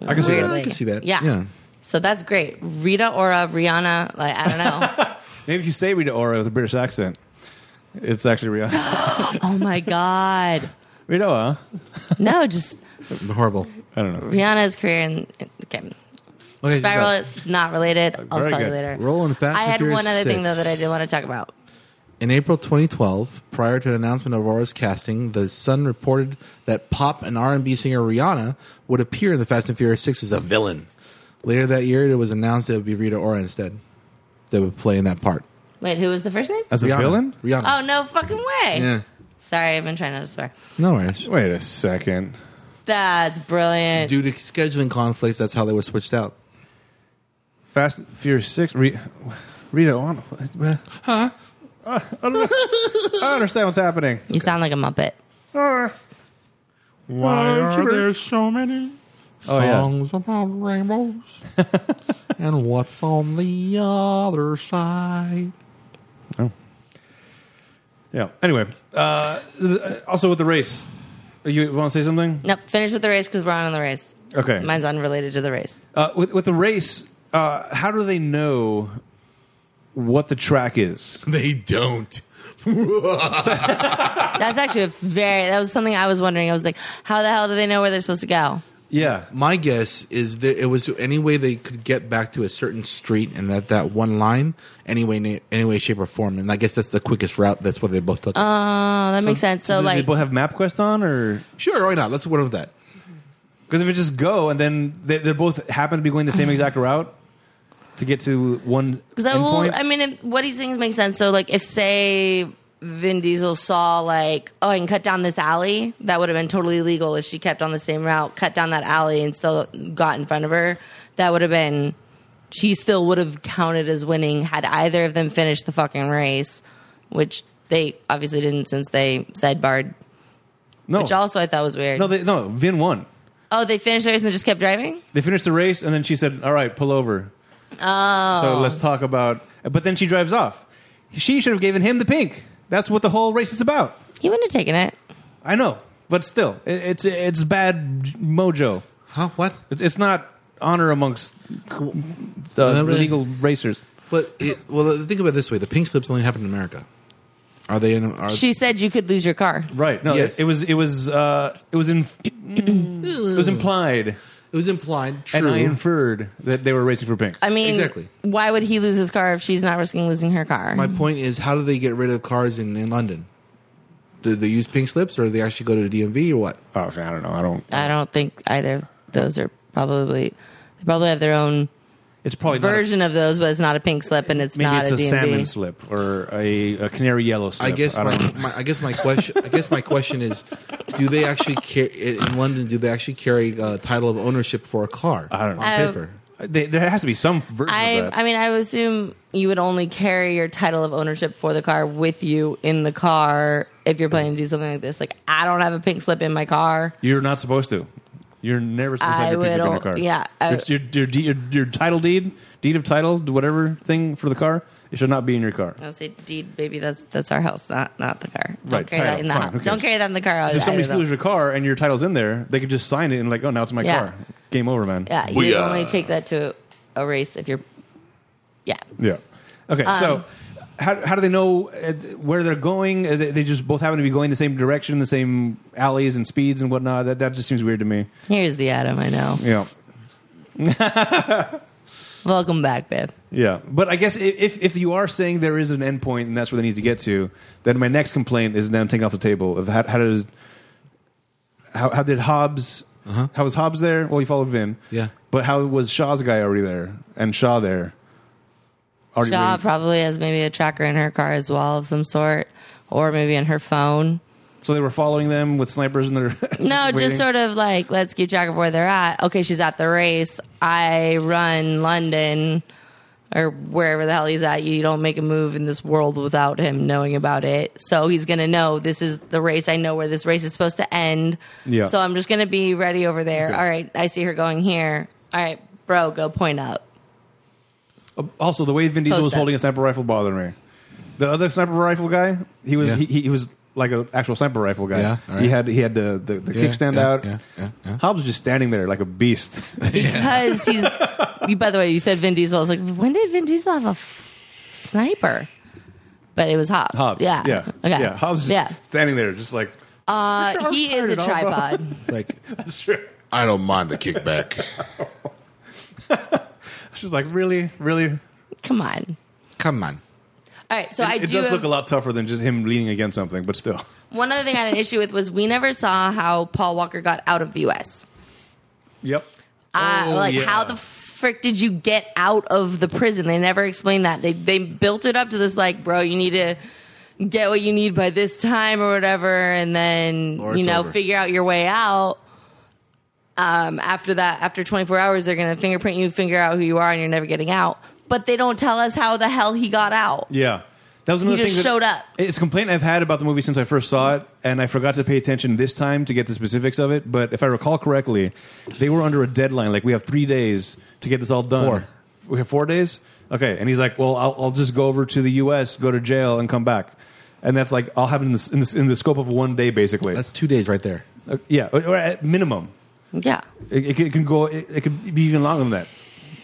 Speaker 1: I can see that.
Speaker 2: Weirdly.
Speaker 3: I can see that.
Speaker 2: Yeah.
Speaker 3: Yeah.
Speaker 2: So that's great. Rita Ora, Rihanna, like I don't know.
Speaker 1: Maybe if you say Rita Ora with a British accent, it's actually Rihanna.
Speaker 2: oh my god.
Speaker 1: Rita Ora.
Speaker 2: No, just
Speaker 3: Horrible.
Speaker 1: I don't know.
Speaker 2: Rihanna's career and okay.
Speaker 3: Okay, check this
Speaker 2: Spiral
Speaker 3: out.
Speaker 2: it's not related. I'll
Speaker 1: Very
Speaker 2: tell you
Speaker 1: good.
Speaker 2: later.
Speaker 3: Rolling Fast
Speaker 2: I
Speaker 3: and
Speaker 2: had
Speaker 3: Furious
Speaker 2: one other thing though
Speaker 3: six.
Speaker 2: that I did want to talk about.
Speaker 3: In April 2012, prior to the announcement of Aura's casting, The Sun reported that pop and R&B singer Rihanna would appear in the Fast and Furious 6 as a villain. Later that year, it was announced that it would be Rita Ora instead that would play in that part.
Speaker 2: Wait, who was the first name?
Speaker 1: As a
Speaker 3: Rihanna.
Speaker 1: villain?
Speaker 3: Rihanna.
Speaker 2: Oh no fucking way.
Speaker 3: Yeah.
Speaker 2: Sorry, I've been trying not to swear.
Speaker 3: No worries.
Speaker 1: Wait a second.
Speaker 2: That's brilliant.
Speaker 3: Due to scheduling conflicts, that's how they were switched out.
Speaker 1: Fast and Furious Six. Re- Rita Ora. Huh? Uh, I, don't know. I don't understand what's happening.
Speaker 2: You sound like a Muppet.
Speaker 5: Why are there so many
Speaker 1: Oh, yeah.
Speaker 5: songs about rainbows?
Speaker 3: And what's on the other side?
Speaker 1: Yeah. Anyway, uh, th- also with the race, you want to say something?
Speaker 2: Nope, finish with the race because we're on the race.
Speaker 1: Okay.
Speaker 2: Mine's unrelated to the race.
Speaker 1: Uh, with, with the race, uh, how do they know what the track is?
Speaker 3: They don't.
Speaker 2: That's actually a very, that was something I was wondering. I was like, how the hell do they know where they're supposed to go?
Speaker 1: Yeah.
Speaker 3: My guess is that it was any way they could get back to a certain street and that, that one line, any way, na- any way, shape, or form. And I guess that's the quickest route. That's what they both took.
Speaker 2: Oh, that makes sense. So,
Speaker 1: do they
Speaker 2: like,
Speaker 1: both have MapQuest on, or
Speaker 3: sure, why not? Let's go with that.
Speaker 1: because if it just go and then they, they both happen to be going the same exact route to get to one
Speaker 2: Because I
Speaker 1: endpoint?
Speaker 2: will. I mean, if, what he's saying makes sense. So, like, if say Vin Diesel saw like, oh, I can cut down this alley, that would have been totally illegal if she kept on the same route, cut down that alley, and still got in front of her. That would have been. She still would have counted as winning had either of them finished the fucking race, which they obviously didn't since they sidebarred.
Speaker 1: no,
Speaker 2: Which also I thought was weird.
Speaker 1: Oh. no, they, no. Vin won.
Speaker 2: oh, they finished the race and they just kept driving.
Speaker 1: They finished the race, and then she said, "All right, pull over." Oh. So let's talk about. But then she drives off. She should have given him the pink. That's what the whole race is about.
Speaker 2: He wouldn't have taken it.
Speaker 1: I know, but still, it, it's it's bad mojo.
Speaker 3: Huh? What?
Speaker 1: It's it's not honor amongst uh,
Speaker 3: Really?
Speaker 1: legal racers.
Speaker 3: But it, well, think about it this way: the pink slips only happen in America. Are they in? Are,
Speaker 2: She said you could lose your car.
Speaker 1: Right? No,
Speaker 3: Yes.
Speaker 1: it, it was it was uh, it was in, it was implied,
Speaker 3: it was implied.
Speaker 1: and
Speaker 3: True.
Speaker 1: I inferred that they were racing for pink.
Speaker 2: I mean,
Speaker 3: Exactly.
Speaker 2: Why would he lose his car if she's not risking losing her car?
Speaker 3: My point is, how do they get rid of cars in, in London? Do they use pink slips, or do they actually go to the DMV, or what?
Speaker 1: oh, I don't know. I don't.
Speaker 2: I don't think either of those are probably they probably have their own
Speaker 1: It's probably not a-
Speaker 2: version of those, but it's not a pink slip and it's
Speaker 1: maybe
Speaker 2: not
Speaker 1: it's a,
Speaker 2: DMV.
Speaker 1: salmon slip or a, a canary yellow slip.
Speaker 3: I guess
Speaker 1: don't
Speaker 3: my,
Speaker 1: know.
Speaker 3: my I guess my question I guess my question is, do they actually carry in London? Do they actually carry a title of ownership for a car
Speaker 1: I don't know.
Speaker 3: on
Speaker 2: I-
Speaker 3: paper?
Speaker 1: They- there has to be some version of
Speaker 2: I
Speaker 1: that.
Speaker 2: I mean, I would assume you would only carry your title of ownership for the car with you in the car if you're planning to do something like this. Like, I don't have a pink slip in my car.
Speaker 1: You're not supposed to. You're never supposed to
Speaker 2: I
Speaker 1: have your pink
Speaker 2: would
Speaker 1: slip in your
Speaker 2: al-
Speaker 1: car.
Speaker 2: yeah, I-
Speaker 1: your, your, your, de- your, your title deed, deed of title, whatever thing for the car It should not be in your car.
Speaker 2: I'll say, "Deed, baby, that's that's our house, not not the car. Don't
Speaker 1: Right,
Speaker 2: carry
Speaker 1: title,
Speaker 2: that in the
Speaker 1: fine,
Speaker 2: house.
Speaker 1: who cares?
Speaker 2: Don't carry that in the car. I-
Speaker 1: So if
Speaker 2: I
Speaker 1: somebody
Speaker 2: don't know.
Speaker 1: steals your car and your title's in there, they could just sign it and like, oh, now it's my
Speaker 2: Yeah.
Speaker 1: car. Game over, man.
Speaker 2: Yeah, you
Speaker 4: We, uh,
Speaker 2: only take that to a race if you're. Yeah,
Speaker 1: Yeah. Okay.
Speaker 2: Um,
Speaker 1: so, how, how do they know uh, where they're going? Uh, They, they just both happen to be going the same direction, the same alleys and speeds and whatnot. That that just seems weird to me.
Speaker 2: here's the Adam I know.
Speaker 1: Yeah.
Speaker 2: Welcome back, babe.
Speaker 1: Yeah. But I guess i- if if you are saying there is an endpoint and that's where they need to get to, then my next complaint is them taking off the table of how, how does how, how did Hobbs how was Hobbs there? Well, he followed Vin.
Speaker 3: Yeah.
Speaker 1: But how was Shaw's guy already there and Shaw there? Already
Speaker 2: Shaw
Speaker 1: waiting-
Speaker 2: probably has maybe a tracker in her car as well of some sort, or maybe in her phone.
Speaker 1: so they were following them with snipers and they're
Speaker 2: No, just
Speaker 1: waiting?
Speaker 2: sort of like let's keep track of where they're at. Okay, she's at the race. I run London or wherever the hell he's at. You don't make a move in this world without him knowing about it. So he's gonna know this is the race. I know where this race is supposed to end.
Speaker 1: Yeah.
Speaker 2: So I'm just gonna be ready over there. All right, I see her going here. All right, bro, go point up.
Speaker 1: Also, the way Vin Diesel
Speaker 2: Post
Speaker 1: was
Speaker 2: that.
Speaker 1: holding a sniper rifle bothered me. The other sniper rifle guy, he was
Speaker 3: Yeah.
Speaker 1: he, he was like an actual sniper rifle guy.
Speaker 3: Yeah, all right.
Speaker 1: He had he had the the, the
Speaker 3: Yeah,
Speaker 1: kickstand
Speaker 3: yeah,
Speaker 1: out.
Speaker 3: yeah, yeah, yeah.
Speaker 1: Hobbs was just standing there like a beast.
Speaker 2: Because he's. You, by the way, you said Vin Diesel. I was like, when did Vin Diesel have a f- sniper? But it was Hobbs.
Speaker 1: Hobbs,
Speaker 2: Yeah.
Speaker 1: yeah,
Speaker 2: Okay.
Speaker 1: yeah. Hobbs just
Speaker 2: yeah.
Speaker 1: standing there, just like
Speaker 2: Uh, he
Speaker 1: tired
Speaker 2: is a
Speaker 1: at all, bro.
Speaker 2: tripod.
Speaker 3: It's like
Speaker 4: I don't mind the kickback.
Speaker 1: she's like really, really.
Speaker 2: Come on.
Speaker 3: come on.
Speaker 2: All right, so I
Speaker 1: it
Speaker 2: do.
Speaker 1: does
Speaker 2: have-
Speaker 1: look a lot tougher than just him leaning against something, but still,
Speaker 2: one other thing I had an issue with was we never saw how Paul Walker got out of the U.S.
Speaker 1: yep.
Speaker 2: Uh,
Speaker 1: Oh,
Speaker 2: like
Speaker 1: yeah.
Speaker 2: how the frick did you get out of the prison? They never explained that. They they built it up to this like, bro, you need to get what you need by this time or whatever, and then
Speaker 3: Or
Speaker 2: you
Speaker 3: it's
Speaker 2: know
Speaker 3: over.
Speaker 2: figure out your way out. Um, after that, after 24 hours, they're gonna fingerprint you, figure out who you are, and you're never getting out. But they don't tell us how the hell he got out.
Speaker 1: Yeah. That was another
Speaker 2: He
Speaker 1: thing
Speaker 2: just
Speaker 1: that-
Speaker 2: showed up.
Speaker 1: It's a complaint I've had about the movie since I first saw it, and I forgot to pay attention this time to get the specifics of it. But if I recall correctly, they were under a deadline. Like, we have three days to get this all done.
Speaker 3: Four.
Speaker 1: We have four days? Okay. And he's like, well, I'll, I'll just go over to the U.S., go to jail, and come back. And that's like, I'll have it in the, in the, in the scope of one day, basically.
Speaker 3: That's two days right there.
Speaker 1: Uh, yeah, or, or at minimum.
Speaker 2: Yeah.
Speaker 1: It, it, can- it can go. It, it could be even longer than that.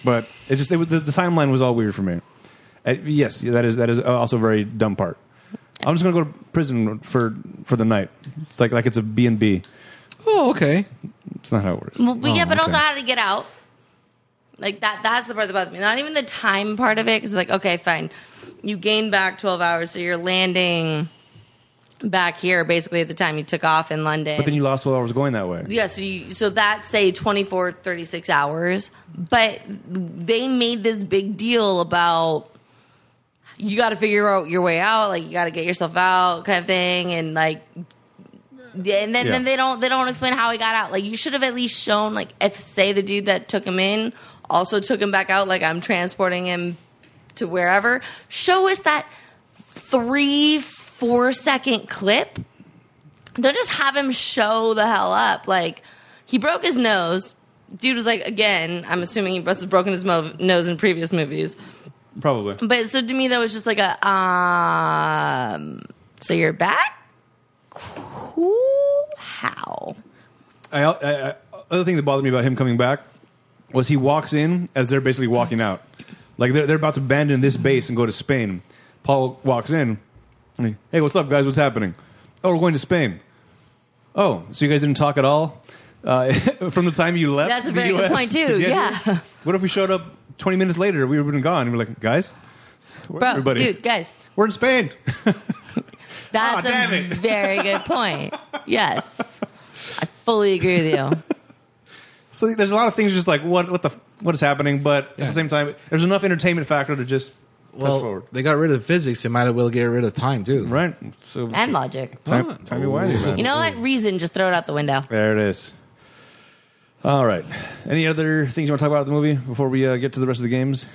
Speaker 1: But it just it, was- the, the timeline was all weird for me. Uh, yes, that is that is also a very dumb part. I'm just gonna go to prison for for the night. It's like like it's a B and B.
Speaker 3: Oh, okay.
Speaker 1: It's not how it works.
Speaker 2: Well, but
Speaker 3: Oh,
Speaker 2: yeah, but also
Speaker 3: okay.
Speaker 2: how to get out. Like that. That's the part that bothers me. Not even the time part of it. Because like, okay, fine, you gain back twelve hours, so you're landing back here basically at the time you took off in London.
Speaker 1: But then you lost twelve hours going that way.
Speaker 2: yeah, so you so that's say 24, 36 hours. But they made this big deal about you got to figure out your way out, like you got to get yourself out, kind of thing, and like yeah, and then,
Speaker 1: Yeah.
Speaker 2: then they don't they don't explain how he got out. Like you should have at least shown like if say the dude that took him in also took him back out. Like I'm transporting him to wherever. Show us that three four second clip. Don't just have him show the hell up. Like he broke his nose. Dude was like again. I'm assuming he must have broken his mo- nose in previous movies.
Speaker 1: Probably.
Speaker 2: But so to me, that was just like a um. So you're back. Cool. How?
Speaker 1: I, I, I, other thing that bothered me about him coming back was he walks in as they're basically walking out. Like they're, they're about to abandon this base and go to Spain. Paul walks in. like, Hey, what's up, guys? What's happening? Oh, we're going to Spain. Oh, so you guys didn't talk at all uh, from the time you left?
Speaker 2: That's a
Speaker 1: the
Speaker 2: very good
Speaker 1: US
Speaker 2: point,
Speaker 1: to
Speaker 2: too.
Speaker 1: get
Speaker 2: Yeah.
Speaker 1: here? What if we showed up 20 minutes later? We would have been gone. And we're like, guys, where
Speaker 2: Bro,
Speaker 1: everybody?
Speaker 2: dude, guys,
Speaker 1: We're in Spain.
Speaker 2: that's
Speaker 1: Aw, damn
Speaker 2: a
Speaker 1: it.
Speaker 2: very good point. Yes, I fully agree with you.
Speaker 1: So there's a lot of things just like what what the f- what is happening, but at
Speaker 3: Yeah.
Speaker 1: the same time, there's enough entertainment factor to just press
Speaker 3: Well,
Speaker 1: forward.
Speaker 3: they got rid of physics. They might as well get rid of time too.
Speaker 1: Right. So
Speaker 2: And logic.
Speaker 1: time,
Speaker 3: Ah.
Speaker 1: timey wimey, man.
Speaker 2: You know what? Reason. Just throw it out the window.
Speaker 1: There it is. All right. Any other things you want to talk about the movie before we uh, get to the rest of the games?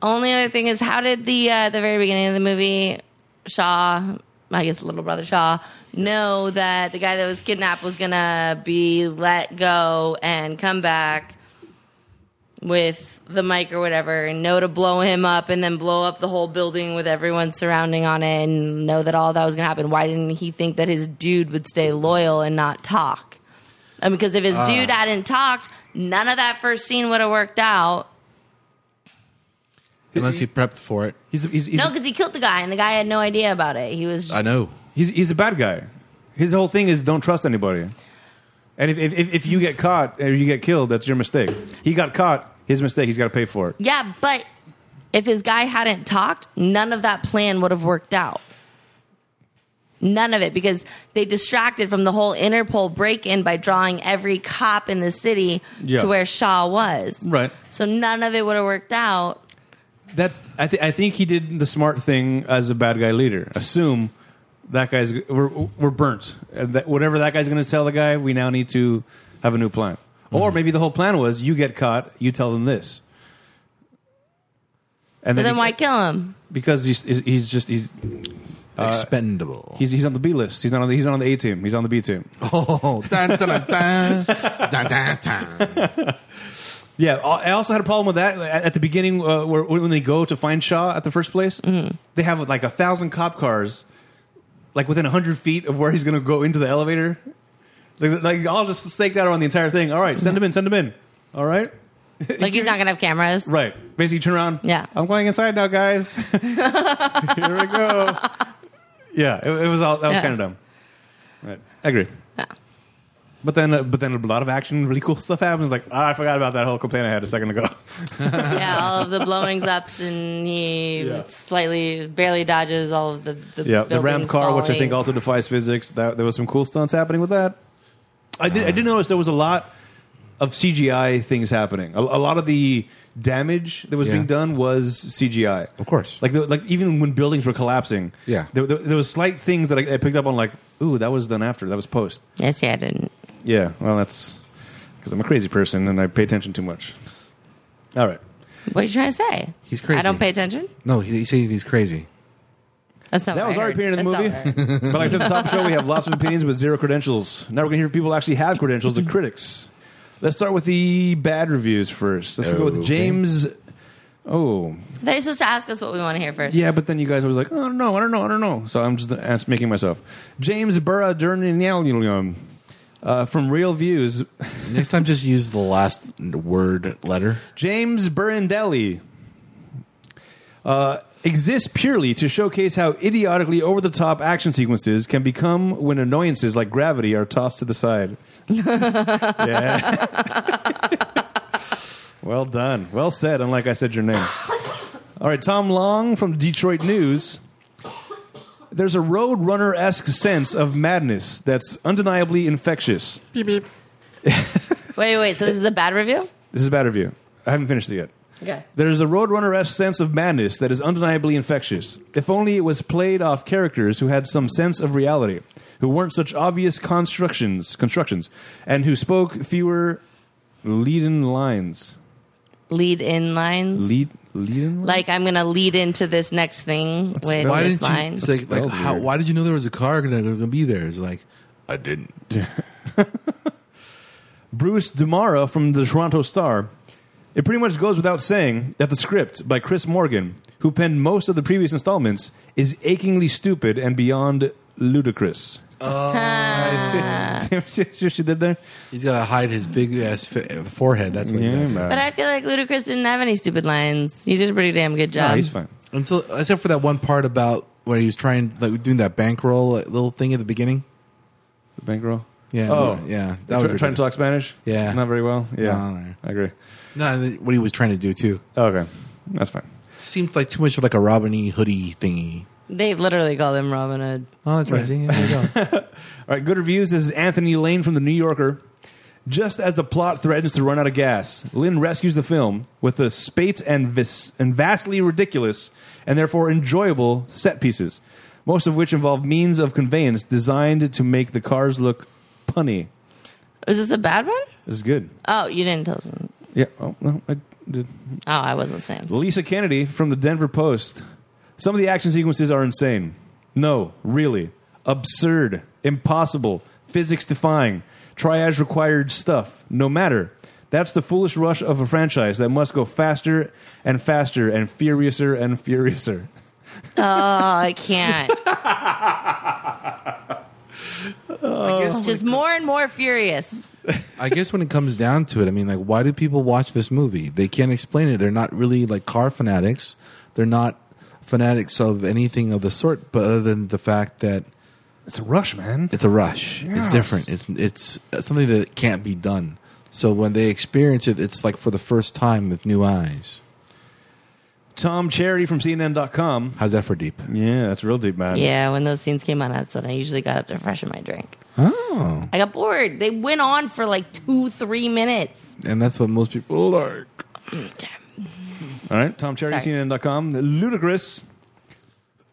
Speaker 2: Only other thing is, how did the uh, the very beginning of the movie, Shaw, I guess little brother Shaw, know that the guy that was kidnapped was gonna be let go and come back? with the mic or whatever and know to blow him up and then blow up the whole building with everyone surrounding on it and know that all that was going to happen why didn't he think that his dude would stay loyal and not talk I mean, because if his dude hadn't talked none of that first scene would have worked out
Speaker 3: Unless he prepped for it.
Speaker 1: He's he's he's,
Speaker 2: no because he killed the guy and the guy had no idea about it he was
Speaker 3: I know.
Speaker 1: he's, he's a bad guy. His whole thing is don't trust anybody. And if, if, if- if you get caught or you get killed, that's your mistake. He got caught. His mistake. He's got to pay for it.
Speaker 2: yeah but if his guy hadn't talked none of that plan would have worked out None of it because they distracted from the whole Interpol break in by drawing every cop in the city
Speaker 1: Yeah.
Speaker 2: to where Shaw was.
Speaker 1: Right.
Speaker 2: So none of it would have worked out.
Speaker 1: That's. I, th- I think he did the smart thing as a bad guy leader. Assume that guy's we're we're burnt. And that whatever that guy's going to tell the guy, we now need to have a new plan. Or maybe the whole plan was you get caught, you tell them this. And
Speaker 2: But then
Speaker 1: he-
Speaker 2: why kill him?
Speaker 1: Because he's he's- he's just he's Uh,
Speaker 3: Expendable.
Speaker 1: he's he's on the B list. He's not on the he's not on the A team. He's on the B team.
Speaker 3: oh, dun, dun, dun, dun. Dun, dun, dun.
Speaker 1: Yeah, I I also had a problem with that at at the beginning uh, where, when they go to find Shaw at the first place. They have like a thousand cop cars, like within hundred feet of where he's going to go into the elevator. Like, like all just staked out around the entire thing. All right, send him in, send him in. All right,
Speaker 2: Like he's not gonna have cameras.
Speaker 1: right. Basically, turn around.
Speaker 2: Yeah.
Speaker 1: I'm going inside now, guys. Here we go. Yeah, it, it was all that was
Speaker 2: Yeah.
Speaker 1: kind of dumb. Right, I agree.
Speaker 2: Yeah.
Speaker 1: But then, uh, but then a lot of action, really cool stuff happens. Like ah, I forgot about that whole complaint I had a second ago.
Speaker 2: Yeah, all of the blowings ups and he
Speaker 1: Yeah.
Speaker 2: slightly barely dodges all of the, the
Speaker 1: Yeah, the
Speaker 2: buildings
Speaker 1: ramp car, which I
Speaker 2: falling.
Speaker 1: think also defies physics. That, there was some cool stunts happening with that. I did, I did notice there was a lot of CGI things happening. A, a lot of the damage that was
Speaker 3: Yeah.
Speaker 1: being done was CGI.
Speaker 3: Of course.
Speaker 1: like the, like even when buildings were collapsing.
Speaker 3: Yeah.
Speaker 1: there, there, there was slight things that I, I picked up on. Like, ooh, that was done after. That was post.
Speaker 2: Yes, yeah, I didn't.
Speaker 1: Yeah, well, that's because I'm a crazy person and I pay attention too much. All right.
Speaker 2: What are you trying to say?
Speaker 3: He's crazy.
Speaker 2: I don't pay attention.
Speaker 3: No, he, he said he's crazy.
Speaker 2: That's not.
Speaker 1: That
Speaker 2: what
Speaker 1: was
Speaker 2: I
Speaker 1: our
Speaker 2: heard.
Speaker 1: opinion of the
Speaker 2: That's not
Speaker 1: movie.
Speaker 2: what I heard.
Speaker 1: But like I said at the top of the show, we have lots of opinions but zero credentials. Now we're going to hear if people actually have credentials of critics. Let's start with the bad reviews first. Let's go with
Speaker 3: Okay.
Speaker 1: James. Oh,
Speaker 2: They're supposed to ask us what we want to hear first.
Speaker 1: yeah, but then you guys was like, I don't know, I don't know, I don't know. So I'm just ask- making myself. James Burra Dernian uh, from Real Views.
Speaker 3: Next time, just use the last word letter.
Speaker 1: James Burandelli. Uh, exists purely to showcase how idiotically over the top action sequences can become when annoyances like gravity are tossed to the side. yeah. well done. Well said, unlike I said your name. All right, Tom Long from Detroit News. There's a Roadrunner esque sense of madness that's undeniably infectious.
Speaker 2: Wait, wait. So this is a bad review.
Speaker 1: This is a bad review. I haven't finished it yet.
Speaker 2: Okay.
Speaker 1: There's a Roadrunner esque sense of madness that is undeniably infectious. If only it was played off characters who had some sense of reality, who weren't such obvious constructions, constructions, and who spoke fewer lead-in lines.
Speaker 2: Lead in lines.
Speaker 1: Lead, lead-in lines?
Speaker 2: like I'm gonna lead into this next thing with
Speaker 1: Why
Speaker 2: this
Speaker 3: didn't you?
Speaker 2: line.
Speaker 3: It's like, like
Speaker 1: spelled
Speaker 3: how,
Speaker 1: weird.
Speaker 3: why did you know there was a car going to be there? It's like I didn't.
Speaker 1: Bruce Demara from the Toronto Star. It pretty much goes without saying that the script by Chris Morgan, who penned most of the previous installments, is achingly stupid and beyond ludicrous. See what she- she did there?
Speaker 3: He's got to hide his big ass fa- forehead. That's what. he got.
Speaker 2: but I feel like Ludacris didn't have any stupid lines. You did a pretty damn good job.
Speaker 1: No, he's fine.
Speaker 3: Until except for that one part about where he was trying like doing that bankroll like, little thing at the beginning.
Speaker 1: The bankroll.
Speaker 3: Yeah,
Speaker 1: Oh,
Speaker 3: yeah,
Speaker 1: That
Speaker 3: that was
Speaker 1: trying to talk Spanish.
Speaker 3: Yeah.
Speaker 1: Not very well. Yeah.
Speaker 3: No, no.
Speaker 1: I agree.
Speaker 3: No, th- what he was trying to do too
Speaker 1: Okay. That's fine.
Speaker 3: seemed like too much of like a Robin E. hoodie thingy.
Speaker 2: They literally call him Robin Hood.
Speaker 3: Oh, that's right. See, there you go.
Speaker 1: All right. Good reviews. This is Anthony Lane from The New Yorker. Just as the plot threatens to run out of gas, Lynn rescues the film with a spate and, vis- and vastly ridiculous and therefore enjoyable set pieces, most of which involve means of conveyance designed to make the cars look punny.
Speaker 2: Is this a bad one?
Speaker 1: This is good.
Speaker 2: Oh, you didn't tell us. Oh,
Speaker 1: Yeah. Oh, no, I did.
Speaker 2: I wasn't saying. Oh,
Speaker 1: Lisa Kennedy from the Denver Post. Some of the action sequences are insane. No, really. Absurd. Impossible. Physics defying. Triage required stuff. No matter. That's the foolish rush of a franchise that must go faster and faster and furiouser and furiouser.
Speaker 2: Oh, I can't.
Speaker 3: I guess,
Speaker 2: Just more and more furious.
Speaker 3: I guess when it comes down to it, I mean, like, why do people watch this movie? They can't explain it. They're not really like car fanatics. They're not fanatics of anything of the sort, but other than the fact that
Speaker 1: It's a rush, man.
Speaker 3: it's a rush. It's
Speaker 1: Yes.
Speaker 3: different. It's it's something that can't be done. So when they experience it, it's like for the first time with new eyes.
Speaker 1: Tom Charity from CNN.com.
Speaker 3: How's that for deep?
Speaker 1: Yeah, that's real deep, man.
Speaker 2: Yeah, when those scenes came on, that's when I usually got up to freshen my drink.
Speaker 3: Oh,
Speaker 2: I got bored. They went on for like two, three minutes.
Speaker 3: and that's what most people like.
Speaker 1: All right, Tom Charity,
Speaker 2: Sorry.
Speaker 1: CNN.com. Ludicrous,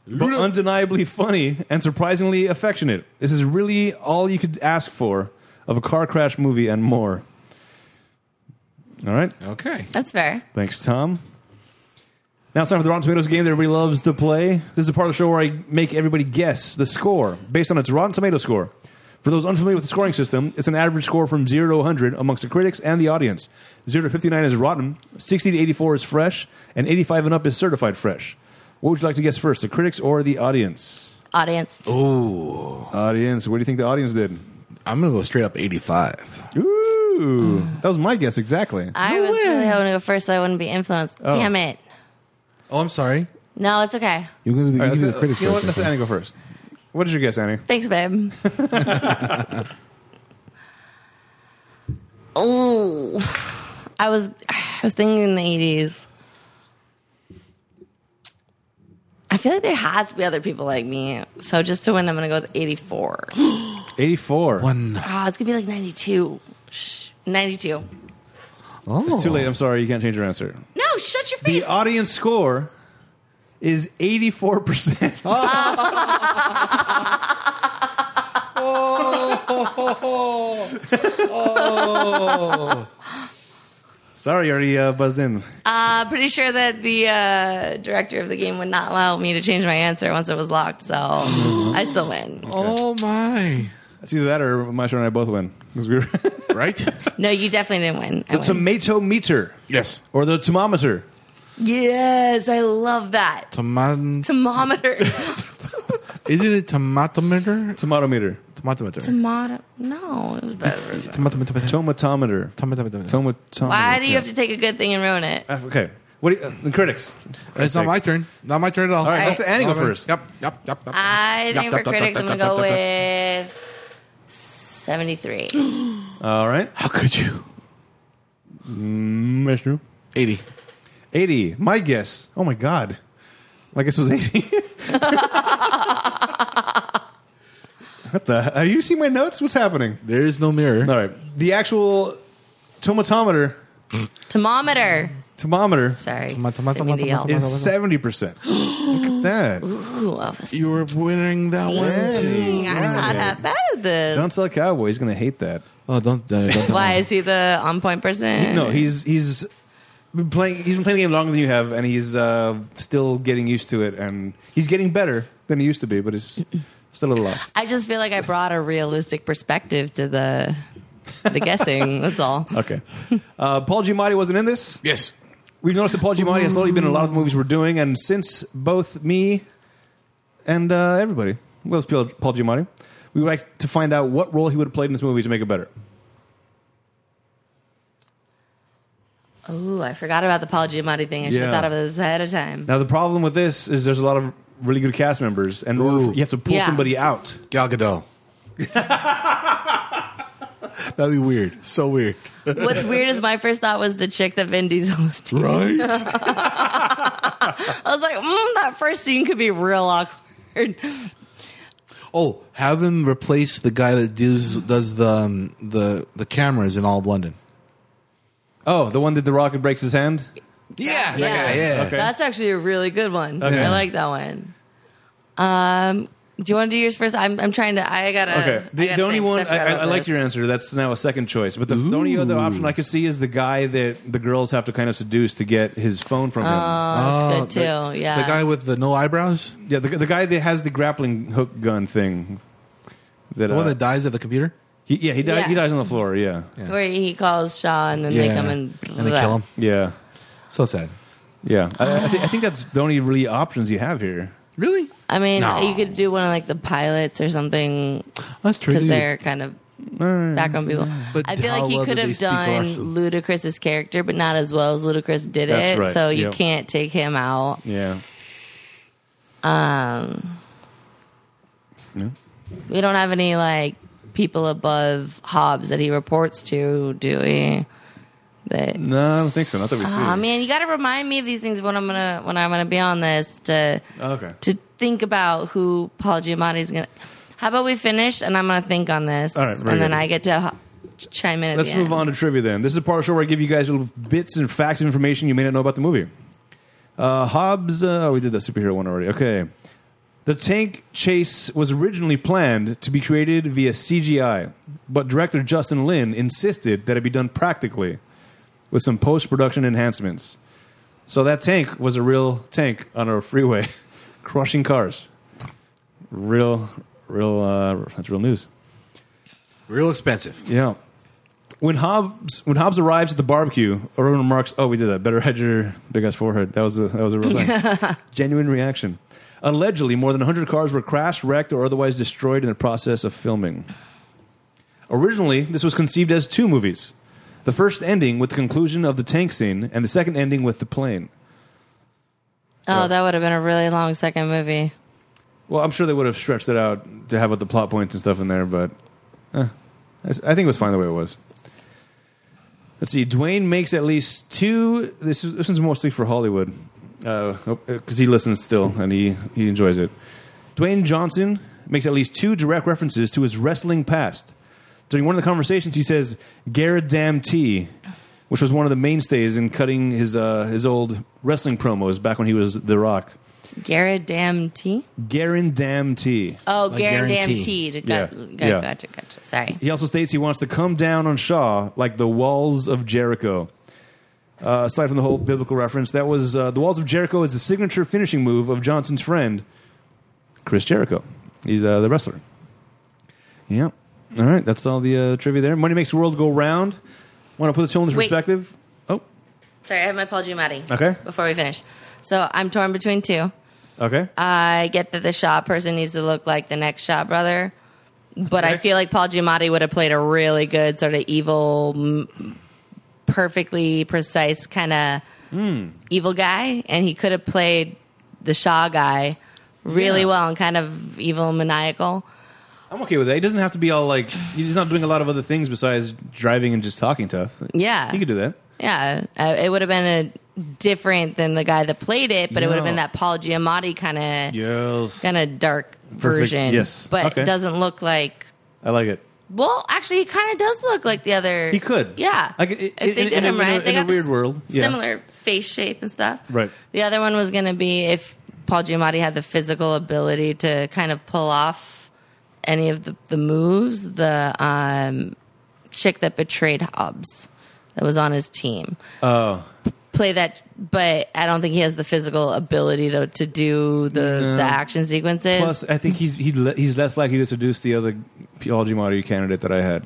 Speaker 1: but undeniably funny and surprisingly affectionate. This is really all you could ask for of a car crash movie and more. All right,
Speaker 3: Okay,
Speaker 2: That's fair.
Speaker 1: thanks, Tom. Now it's time for the Rotten Tomatoes game that everybody loves to play. This is a part of the show where I make everybody guess the score based on its Rotten Tomato score. For those unfamiliar with the scoring system, it's an average score from 0 to 100 amongst the critics and the audience. 0 to 59 is rotten, 60 to 84 is fresh, and 85 and up is certified fresh. What would you like to guess first, the critics or the audience?
Speaker 2: Audience.
Speaker 3: Oh,
Speaker 1: Audience, what do you think the audience did?
Speaker 3: I'm gonna go straight up 85.
Speaker 1: Ooh, that was my guess exactly.
Speaker 2: I was really hoping to go first so I wouldn't be influenced. Damn it.
Speaker 3: Oh, I'm sorry.
Speaker 2: No, it's okay.
Speaker 3: You're gonna
Speaker 1: All right,
Speaker 3: give me
Speaker 1: let's-
Speaker 3: the critics
Speaker 1: you know
Speaker 3: first.
Speaker 1: what? Let's
Speaker 3: I
Speaker 1: let Annie
Speaker 3: think.
Speaker 1: go first. What is your guess, Annie?
Speaker 2: Thanks, babe. oh, I was I was thinking in the eighties. I feel like there has to be other people like me. So just to win, I'm gonna go with 84.
Speaker 1: 84.
Speaker 3: One.
Speaker 2: Ah, it's gonna be like 92. Shh, 92.
Speaker 3: Oh,
Speaker 1: It's too late. I'm sorry. You can't change your answer.
Speaker 2: No, shut your face.
Speaker 1: The audience score is 84%. Oh. Sorry, you already uh, buzzed in.
Speaker 2: I'm pretty sure that the uh, director of the game would not allow me to change my answer once it was locked. So I still win.
Speaker 3: Oh my.
Speaker 1: It's either that or Maestro and I both win. 'Cause We were
Speaker 4: Right?
Speaker 2: No, you definitely didn't win. I
Speaker 1: the
Speaker 2: win.
Speaker 1: tomato meter
Speaker 4: yes.
Speaker 1: or the thermometer.
Speaker 2: Yes, I love that.
Speaker 3: Tomato.
Speaker 2: Thermometer.
Speaker 3: Isn't it tomatometer?
Speaker 1: Tomato meter.
Speaker 3: Tomatometer.
Speaker 2: Tomato. No, it was better.
Speaker 3: Tomatometer.
Speaker 1: Tomatometer.
Speaker 3: Tomatometer.
Speaker 1: Tomatometer.
Speaker 2: Why do you have to take a good thing and ruin it?
Speaker 1: Uh, Okay. What do you, uh, the critics?
Speaker 3: It's not my turn. Not my turn at all.
Speaker 1: All right,
Speaker 2: All
Speaker 1: let's
Speaker 2: right.
Speaker 1: Annie go
Speaker 3: Okay.
Speaker 1: first.
Speaker 3: Yep, yep, yep. yep.
Speaker 2: I think
Speaker 3: Yup,
Speaker 2: for
Speaker 3: yup, yup, yup,
Speaker 2: critics,
Speaker 3: yup,
Speaker 2: I'm gonna go
Speaker 3: yup, yup.
Speaker 2: with 73.
Speaker 1: All right.
Speaker 3: How could you?
Speaker 1: Maestro.
Speaker 3: 80.
Speaker 1: 80. My guess. Oh my God. My guess was 80. what the? Have you seen my notes? What's happening?
Speaker 3: There is no mirror.
Speaker 1: All right. The actual tomatometer,
Speaker 2: Thermometer.
Speaker 1: thermometer
Speaker 2: Sorry.
Speaker 3: Tomato, tomato,
Speaker 2: Didn't mean to
Speaker 3: tomato,
Speaker 2: yell.
Speaker 1: is 70%. Look at that.
Speaker 2: Ooh, I was-
Speaker 3: You were winning that one too.
Speaker 2: I'm not that bad at this.
Speaker 1: Don't tell Cowboy. He's going to hate that.
Speaker 3: Oh, don't. Uh, don't tell
Speaker 2: Why
Speaker 3: me.
Speaker 2: is he the on point person?
Speaker 1: No, he's he's been playing he's been playing the game longer than you have and he's uh, still getting used to it and he's getting better than he used to be, but he's still a little off.
Speaker 2: I just feel like I brought a realistic perspective to the the guessing. That's all.
Speaker 1: Okay. Uh, Paul Giamatti wasn't in this.
Speaker 4: Yes.
Speaker 1: We've noticed that Paul Giamatti has slowly been in a lot of the movies we're doing, and since both me and uh, everybody loves Paul Paul Giamatti, we would like to find out what role he would have played in this movie to make it better.
Speaker 2: Ooh, I forgot about the Paul Giamatti thing. I should
Speaker 1: Yeah.
Speaker 2: have thought of this ahead of time.
Speaker 1: Now, the problem with this is there's a lot of really good cast members, and in order for-
Speaker 3: Ooh.
Speaker 1: you have to pull
Speaker 2: Yeah.
Speaker 1: somebody out.
Speaker 3: Gal Gadot. That'd be weird. So weird.
Speaker 2: What's weird is my first thought was the chick that Vin Diesel was dating.
Speaker 3: Right?
Speaker 2: I was like, mm, that first scene could be real awkward.
Speaker 3: oh, have him replace the guy that does does the um, the the cameras in all of London.
Speaker 1: Oh, the one that The Rocket breaks his hand?
Speaker 2: Uh,
Speaker 3: Yeah, that
Speaker 2: Yeah.
Speaker 3: guy. Yeah.
Speaker 1: Okay.
Speaker 2: That's actually a really good one.
Speaker 1: Okay.
Speaker 2: I like that one. Um, do you want to do yours first? I'm, I'm trying to. I gotta.
Speaker 1: Okay.
Speaker 2: I
Speaker 1: The,
Speaker 2: gotta
Speaker 1: the only
Speaker 2: think, 'cause
Speaker 1: one, I,
Speaker 2: forgot
Speaker 1: I,
Speaker 2: about
Speaker 1: I like
Speaker 2: this.
Speaker 1: your answer. That's now a second choice. But the, the only other option I could see is the guy that the girls have to kind of seduce to get his phone from him.
Speaker 2: Oh, that's good
Speaker 3: the-
Speaker 2: too. yeah.
Speaker 3: The guy with the no eyebrows?
Speaker 1: Yeah, the, the guy that has the grappling hook gun thing. That,
Speaker 3: The one
Speaker 1: uh,
Speaker 3: that dies at the computer?
Speaker 1: He, yeah, he dies.
Speaker 2: Yeah.
Speaker 1: He dies on the floor. Yeah, yeah,
Speaker 2: where he calls Shaw and then they come and,
Speaker 3: they kill him.
Speaker 1: yeah.
Speaker 3: So sad.
Speaker 1: I, I, thi- I think that's the only really options you have here.
Speaker 3: Really?
Speaker 2: I mean,
Speaker 3: No.
Speaker 2: you could do one of like the pilots or something
Speaker 3: That's true.
Speaker 2: because
Speaker 3: dude.
Speaker 2: they're kind of background people.
Speaker 3: But
Speaker 2: I feel
Speaker 3: Mm. how
Speaker 2: like he
Speaker 3: well
Speaker 2: could
Speaker 3: did they
Speaker 2: have
Speaker 3: speak
Speaker 2: done
Speaker 3: Russian?
Speaker 2: Ludacris's character, but not as well as Ludacris did
Speaker 1: That's
Speaker 2: it.
Speaker 1: right.
Speaker 2: So you
Speaker 1: Yep.
Speaker 2: can't take him out.
Speaker 1: Yeah,
Speaker 2: We don't have any like people above Hobbs that he reports to, do we? That
Speaker 1: no, I don't think so. Not that we see.
Speaker 2: oh man, you got to remind me of these things when I'm gonna when I'm gonna be on this to
Speaker 1: okay.
Speaker 2: to think about who Paul Giamatti's gonna. How about we finish and I'm gonna think on this,
Speaker 1: All right,
Speaker 2: and
Speaker 1: very
Speaker 2: then
Speaker 1: good.
Speaker 2: I get to ho- chime in. At
Speaker 1: Let's
Speaker 2: the
Speaker 1: move
Speaker 2: end.
Speaker 1: on to trivia then. This is a part of the show where I give you guys little bits and facts and information you may not know about the movie. Uh, Hobbs, uh, oh, we did the superhero one already. Okay. The tank chase was originally planned to be created via CGI, but director Justin Lin insisted that it be done practically with some post production enhancements. So that tank was a real tank on a freeway, crushing cars. Real, real, uh, that's real news.
Speaker 3: real expensive.
Speaker 1: Yeah. When Hobbs when Hobbs arrives at the barbecue, Irwin remarks, "Oh, we did that. Better hide your big ass forehead." That was a, that was a real thing. Genuine reaction. Allegedly, more than 100 cars were crashed, wrecked, or otherwise destroyed in the process of filming. Originally, this was conceived as two movies. The first ending with the conclusion of the tank scene, and the second ending with the plane.
Speaker 2: Oh, that would have been a really long second movie.
Speaker 1: Well, I'm sure they would have stretched it out to have with the plot points and stuff in there, but eh, I s- I think it was fine the way it was. Let's see. Dwayne makes at least two. This is, this one's mostly for Hollywood Uh, because he listens still and he, he enjoys it. Dwayne Johnson makes at least two direct references to his wrestling past. During one of the conversations, he says "Garrett Dam T," which was one of the mainstays in cutting his uh, his old wrestling promos back when he was The Rock.
Speaker 2: Garrett Dam T.
Speaker 1: Garin Dam T.
Speaker 2: Oh,
Speaker 3: Like
Speaker 2: Garrett Dam
Speaker 3: guarantee.
Speaker 2: T.
Speaker 1: Yeah.
Speaker 2: Got, got,
Speaker 1: Yeah.
Speaker 2: Gotcha, gotcha. Sorry.
Speaker 1: He also states he wants to come down on Shaw like the walls of Jericho. Uh, aside from the whole biblical reference, that was uh, the walls of Jericho is the signature finishing move of Johnson's friend Chris Jericho. He's uh, the wrestler. Yeah. All right, that's all the uh, trivia there. Money makes the world go round. Want to put this film into
Speaker 2: Wait.
Speaker 1: perspective? Oh,
Speaker 2: Sorry, I have my Paul Giamatti.
Speaker 1: Okay.
Speaker 2: Before we finish. So I'm torn between two.
Speaker 1: okay.
Speaker 2: I get that the Shaw person needs to look like the next Shaw brother, but I feel like Paul Giamatti would have played a really good sort of evil, m- perfectly precise kind of
Speaker 1: Hmm.
Speaker 2: evil guy, and he could have played the Shaw guy really
Speaker 1: Yeah.
Speaker 2: well and kind of evil maniacal.
Speaker 1: I'm okay with that. He doesn't have to be all like he's not doing a lot of other things besides driving and just talking tough.
Speaker 2: Yeah.
Speaker 1: he could do that.
Speaker 2: Yeah, uh, it would have been a different than the guy that played it, but it would have
Speaker 1: No.
Speaker 2: been that Paul Giamatti kind of
Speaker 1: Yes,
Speaker 2: kind of dark version.
Speaker 1: Yes.
Speaker 2: but
Speaker 1: Okay.
Speaker 2: it doesn't look like.
Speaker 1: I like it.
Speaker 2: Well, actually, he kind of does look like the other.
Speaker 1: He could.
Speaker 2: Yeah,
Speaker 1: Like, it-
Speaker 2: if they
Speaker 1: in-
Speaker 2: did
Speaker 1: in a-
Speaker 2: him
Speaker 1: in a-
Speaker 2: right, they
Speaker 1: in a
Speaker 2: got the
Speaker 1: weird world. Yeah.
Speaker 2: similar face shape and stuff.
Speaker 1: Right.
Speaker 2: The other one was going to be if Paul Giamatti had the physical ability to kind of pull off any of the, the moves. The um, chick that betrayed Hobbs that was on his team
Speaker 1: Oh,
Speaker 2: play that, but I don't think he has the physical ability to to do the
Speaker 1: No.
Speaker 2: the action sequences.
Speaker 1: Plus, I think he's he, le- he's less likely to seduce the other Paul Giamatti candidate that I had.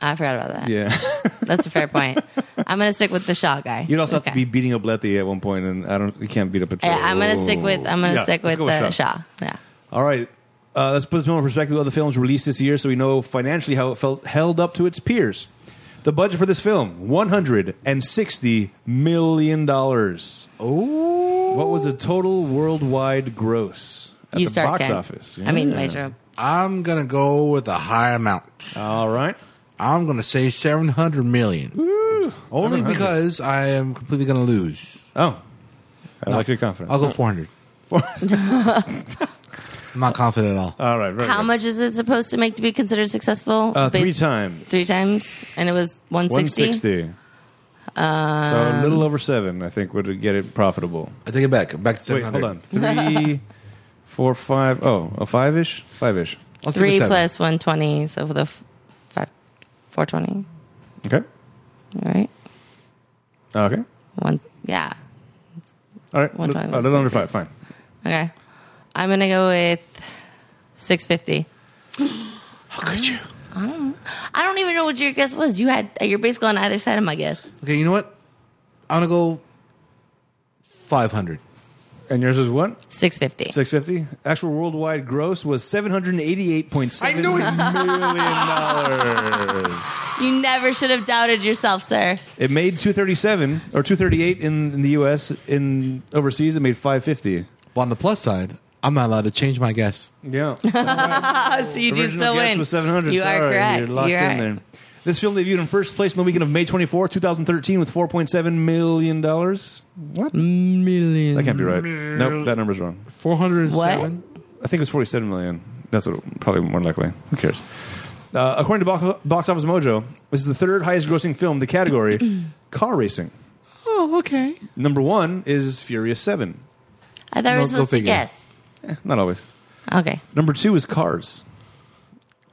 Speaker 2: I forgot about that.
Speaker 1: Yeah,
Speaker 2: That's a fair point. I'm going to stick with the Shaw guy.
Speaker 1: you'd also
Speaker 2: Okay.
Speaker 1: have to be beating up Letty at one point, and I don't. You can't beat up a.
Speaker 2: I, I'm gonna stick with I'm gonna
Speaker 1: Yeah,
Speaker 2: stick
Speaker 1: let's
Speaker 2: with
Speaker 1: go
Speaker 2: the
Speaker 1: with
Speaker 2: Shaw.
Speaker 1: Shaw.
Speaker 2: Yeah.
Speaker 1: All right, uh, let's put this film in perspective of other films released this year, so we know financially how it felt held up to its peers. The budget for this film: one hundred and sixty million dollars. Oh, what was the total worldwide gross at
Speaker 2: you
Speaker 1: the
Speaker 2: start
Speaker 1: box
Speaker 2: Ken.
Speaker 1: office?
Speaker 2: I mean,
Speaker 1: Yeah.
Speaker 2: Maestro.
Speaker 3: I'm gonna go with a high amount.
Speaker 1: All right,
Speaker 3: I'm gonna say seven hundred million. Only because I am completely gonna lose.
Speaker 1: oh. I like your confidence.
Speaker 3: I'll go four hundred. I'm not confident at all.
Speaker 1: All right, very
Speaker 2: How
Speaker 1: good.
Speaker 2: much is it supposed to make to be considered successful?
Speaker 1: Uh, three
Speaker 2: Based-
Speaker 1: times.
Speaker 2: Three times, and it was 160.
Speaker 1: 160. so a little over seven, I think, would get it profitable.
Speaker 3: I take it back. Back to
Speaker 1: Wait,
Speaker 3: seven
Speaker 1: hold
Speaker 3: hundred.
Speaker 1: on. Three, four, five. Oh, a five ish? Five ish.
Speaker 3: I'll stick with
Speaker 2: Three
Speaker 3: seven.
Speaker 2: plus 120, so for the f- five, 420.
Speaker 1: Okay.
Speaker 2: All right.
Speaker 1: Okay.
Speaker 2: One. Yeah.
Speaker 1: All right.
Speaker 2: One
Speaker 1: Li-
Speaker 2: time
Speaker 1: A little
Speaker 2: was
Speaker 1: under
Speaker 2: okay.
Speaker 1: five. Fine.
Speaker 2: Okay. I'm gonna go with 650.
Speaker 3: How could you?
Speaker 2: I don't even know what your guess was. You had you're basically on either side of my guess.
Speaker 3: Okay, you know what? I'm gonna go five hundred.
Speaker 1: And yours is what?
Speaker 2: Six fifty.
Speaker 1: 650. Actual worldwide gross was 788.7
Speaker 3: I knew it.
Speaker 1: million dollars.
Speaker 2: You never should have doubted yourself, sir.
Speaker 1: It made 237 or 238 in, in the US in overseas it made 550.
Speaker 3: Well, on the plus side, I'm not allowed to change my guess.
Speaker 1: Yeah.
Speaker 2: Oh, so you do
Speaker 1: Original
Speaker 2: still
Speaker 1: guess
Speaker 2: win.
Speaker 1: was 700.
Speaker 2: You
Speaker 1: Sorry,
Speaker 2: are correct.
Speaker 1: You're locked
Speaker 2: You
Speaker 1: in
Speaker 2: are.
Speaker 1: there. This film debuted in first place on the weekend of May 24, 2013 with 4.7 million dollars. What?
Speaker 3: Million.
Speaker 1: That can't be right. Nope, that number's wrong.
Speaker 3: Four hundred and seven.
Speaker 1: I think it was 47 million. That's what, probably more likely. Who cares? Uh, according to Box, Box Office Mojo, this is the third highest grossing film in the category car racing.
Speaker 3: Oh, okay.
Speaker 1: Number one is Furious 7.
Speaker 2: I thought we
Speaker 3: No,
Speaker 2: were
Speaker 3: go
Speaker 2: supposed to
Speaker 3: figure.
Speaker 2: guess.
Speaker 1: Not always.
Speaker 2: Okay.
Speaker 1: Number two is Cars,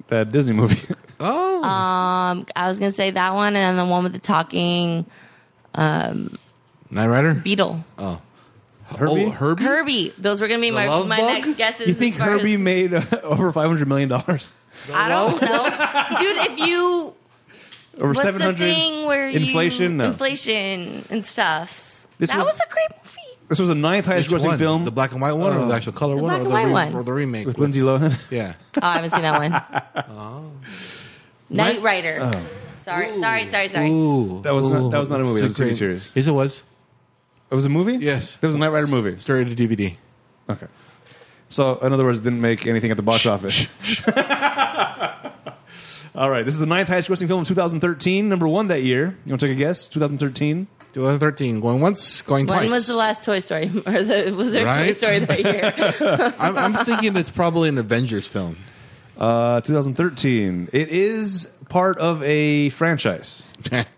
Speaker 1: that Disney movie.
Speaker 3: Oh,
Speaker 2: Um, I was gonna say that one, and then the one with the talking
Speaker 3: Night Rider.
Speaker 2: beetle,
Speaker 1: Herbie.
Speaker 3: Oh, Herbie.
Speaker 2: Herbie. Those were gonna be my
Speaker 3: love
Speaker 2: my
Speaker 3: bug?
Speaker 2: next guesses.
Speaker 1: you think
Speaker 2: as far as-
Speaker 1: Herbie made uh, over five hundred million dollars,
Speaker 2: I don't know, dude. If you
Speaker 1: over
Speaker 2: what's
Speaker 1: seven
Speaker 2: the thing where
Speaker 1: hundred
Speaker 2: you-
Speaker 1: inflation? No.
Speaker 2: inflation and stuff.
Speaker 1: This
Speaker 2: that
Speaker 1: was-
Speaker 2: was, a great movie.
Speaker 1: this was the ninth highest
Speaker 3: Which
Speaker 1: grossing
Speaker 3: one?
Speaker 1: film
Speaker 3: The black and white one, or
Speaker 1: Uh,
Speaker 3: the actual color
Speaker 2: the
Speaker 3: one,
Speaker 2: black
Speaker 3: or
Speaker 2: and
Speaker 3: the,
Speaker 2: white
Speaker 3: re-
Speaker 2: one.
Speaker 3: or the remake
Speaker 1: with Lindsay Lohan.
Speaker 3: Yeah.
Speaker 2: Oh, I haven't seen that one. Night Rider. Sorry, sorry, sorry, sorry.
Speaker 3: Ooh,
Speaker 1: That was not- that was not a
Speaker 3: This
Speaker 1: movie,
Speaker 3: is
Speaker 1: that was a TV
Speaker 3: great-
Speaker 1: series.
Speaker 3: Yes, it was.
Speaker 1: It was a movie.
Speaker 3: Yes.
Speaker 1: it was a Knight Rider movie.
Speaker 3: Straight to DVD.
Speaker 1: Okay. So, in other words, it didn't make anything at the box office. All right, this is the ninth highest grossing film of 2013, number one that year. You want to take a guess? 2013.
Speaker 3: 2013. Going once, going
Speaker 2: When
Speaker 3: twice.
Speaker 2: was the last Toy Story? Or the, was there a Toy
Speaker 3: Right?
Speaker 2: Story that year?
Speaker 3: I'm, I'm thinking it's probably an Avengers film.
Speaker 1: Uh, 2013. It is part of a franchise.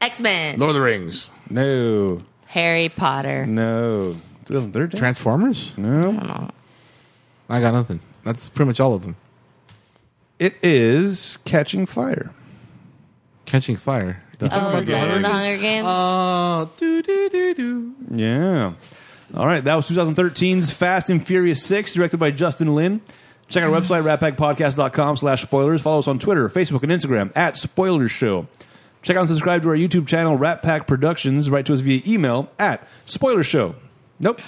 Speaker 2: X Men,
Speaker 4: Lord of the Rings.
Speaker 1: No,
Speaker 2: Harry Potter.
Speaker 1: no. 2013.
Speaker 3: Transformers.
Speaker 1: no.
Speaker 3: I got nothing. That's pretty much all of them.
Speaker 1: It is Catching Fire.
Speaker 3: Catching Fire.
Speaker 2: Oh, is that in the Hunger Games?
Speaker 3: Oh, do do do do.
Speaker 1: Yeah. All right, that was 2013's Fast and Furious 6, directed by Justin Lin. Check out our website, ratpackpodcast.com slash spoilers. Follow us on Twitter, Facebook, and Instagram, at Spoilers Show. Check out and subscribe to our YouTube channel, Rat Pack Productions. Write to us via email at Spoiler Show. Nope.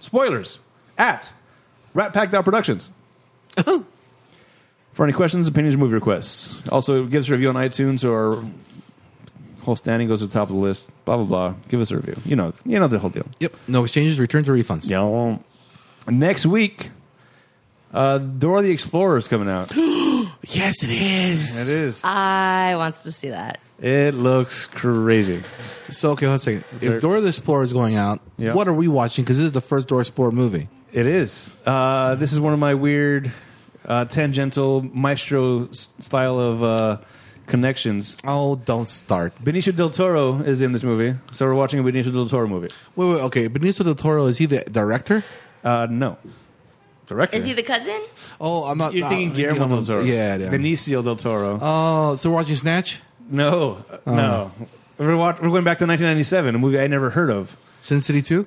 Speaker 1: Spoilers at ratpack.productions. For any questions, opinions, or movie requests. Also, give us a review on iTunes or our whole standing goes to the top of the list. Blah, blah, blah. Give us a review. You know, you know the whole deal.
Speaker 3: Yep. No exchanges, returns, or refunds.
Speaker 1: Yeah. well, Next week, uh, Dora the Explorer is coming out. it
Speaker 3: Yes, it is.
Speaker 1: is.
Speaker 2: I wants to see that.
Speaker 1: It looks crazy.
Speaker 3: So okay, hold on a second. If Dora the Explorer is going out,
Speaker 1: Yeah.
Speaker 3: what are we watching? Because this is the first Dora the Explorer movie.
Speaker 1: It is. Uh, this is one of my weird, uh, tangential maestro s- style of uh, connections.
Speaker 3: Oh, don't start.
Speaker 1: Benicio del Toro is in this movie, so we're watching a Benicio del Toro movie.
Speaker 3: Wait, wait. Okay, Benicio del Toro is he the director?
Speaker 1: Uh, no, director.
Speaker 2: Is he the cousin?
Speaker 3: Oh, I'm not.
Speaker 1: You're
Speaker 3: uh,
Speaker 1: thinking
Speaker 3: I'm
Speaker 1: Guillermo
Speaker 3: thinking
Speaker 1: del
Speaker 3: of-
Speaker 1: Toro.
Speaker 3: Yeah, yeah.
Speaker 1: Benicio del Toro.
Speaker 3: Oh, so we're watching Snatch,
Speaker 1: no,
Speaker 3: Uh.
Speaker 1: no. We're, watch- we're going back to 1997, a movie I never heard of.
Speaker 3: Sin City Two.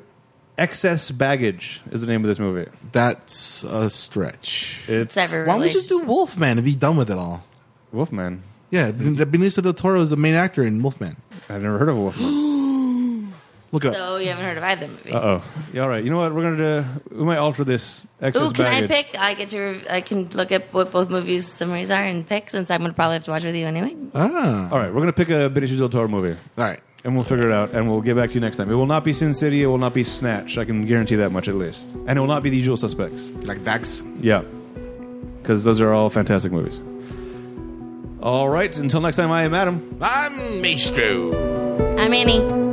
Speaker 1: Excess Baggage is the name of this movie.
Speaker 3: That's a stretch.
Speaker 1: It's
Speaker 2: It's ever
Speaker 3: Why don't we
Speaker 2: really-
Speaker 3: just do Wolfman and be done with it all?
Speaker 1: Wolfman.
Speaker 3: Yeah, Ben- Benicio del Toro is the main actor in Wolfman.
Speaker 1: I've never heard of a Wolfman.
Speaker 3: Look up.
Speaker 2: So you haven't heard of either movie.
Speaker 1: oh. Yeah, all right. You know what? We're gonna do, we might alter this excess
Speaker 2: Ooh, can I
Speaker 1: baggage.
Speaker 2: pick? I get to. Re- I can look up what both movies summaries are and pick, since I'm gonna probably have to watch with you anyway.
Speaker 3: ah,
Speaker 1: All right, we're gonna pick a Benicio del Toro movie,
Speaker 3: all right.
Speaker 1: and we'll figure it out, and we'll get back to you next time. It will not be Sin City. It will not be Snatch. I can guarantee that much at least. And it will not be The Usual Suspects.
Speaker 3: Like Dax.
Speaker 1: Yeah, because those are all fantastic movies. All right. Until next time, I am Adam.
Speaker 4: I'm Maestro.
Speaker 2: I'm Annie.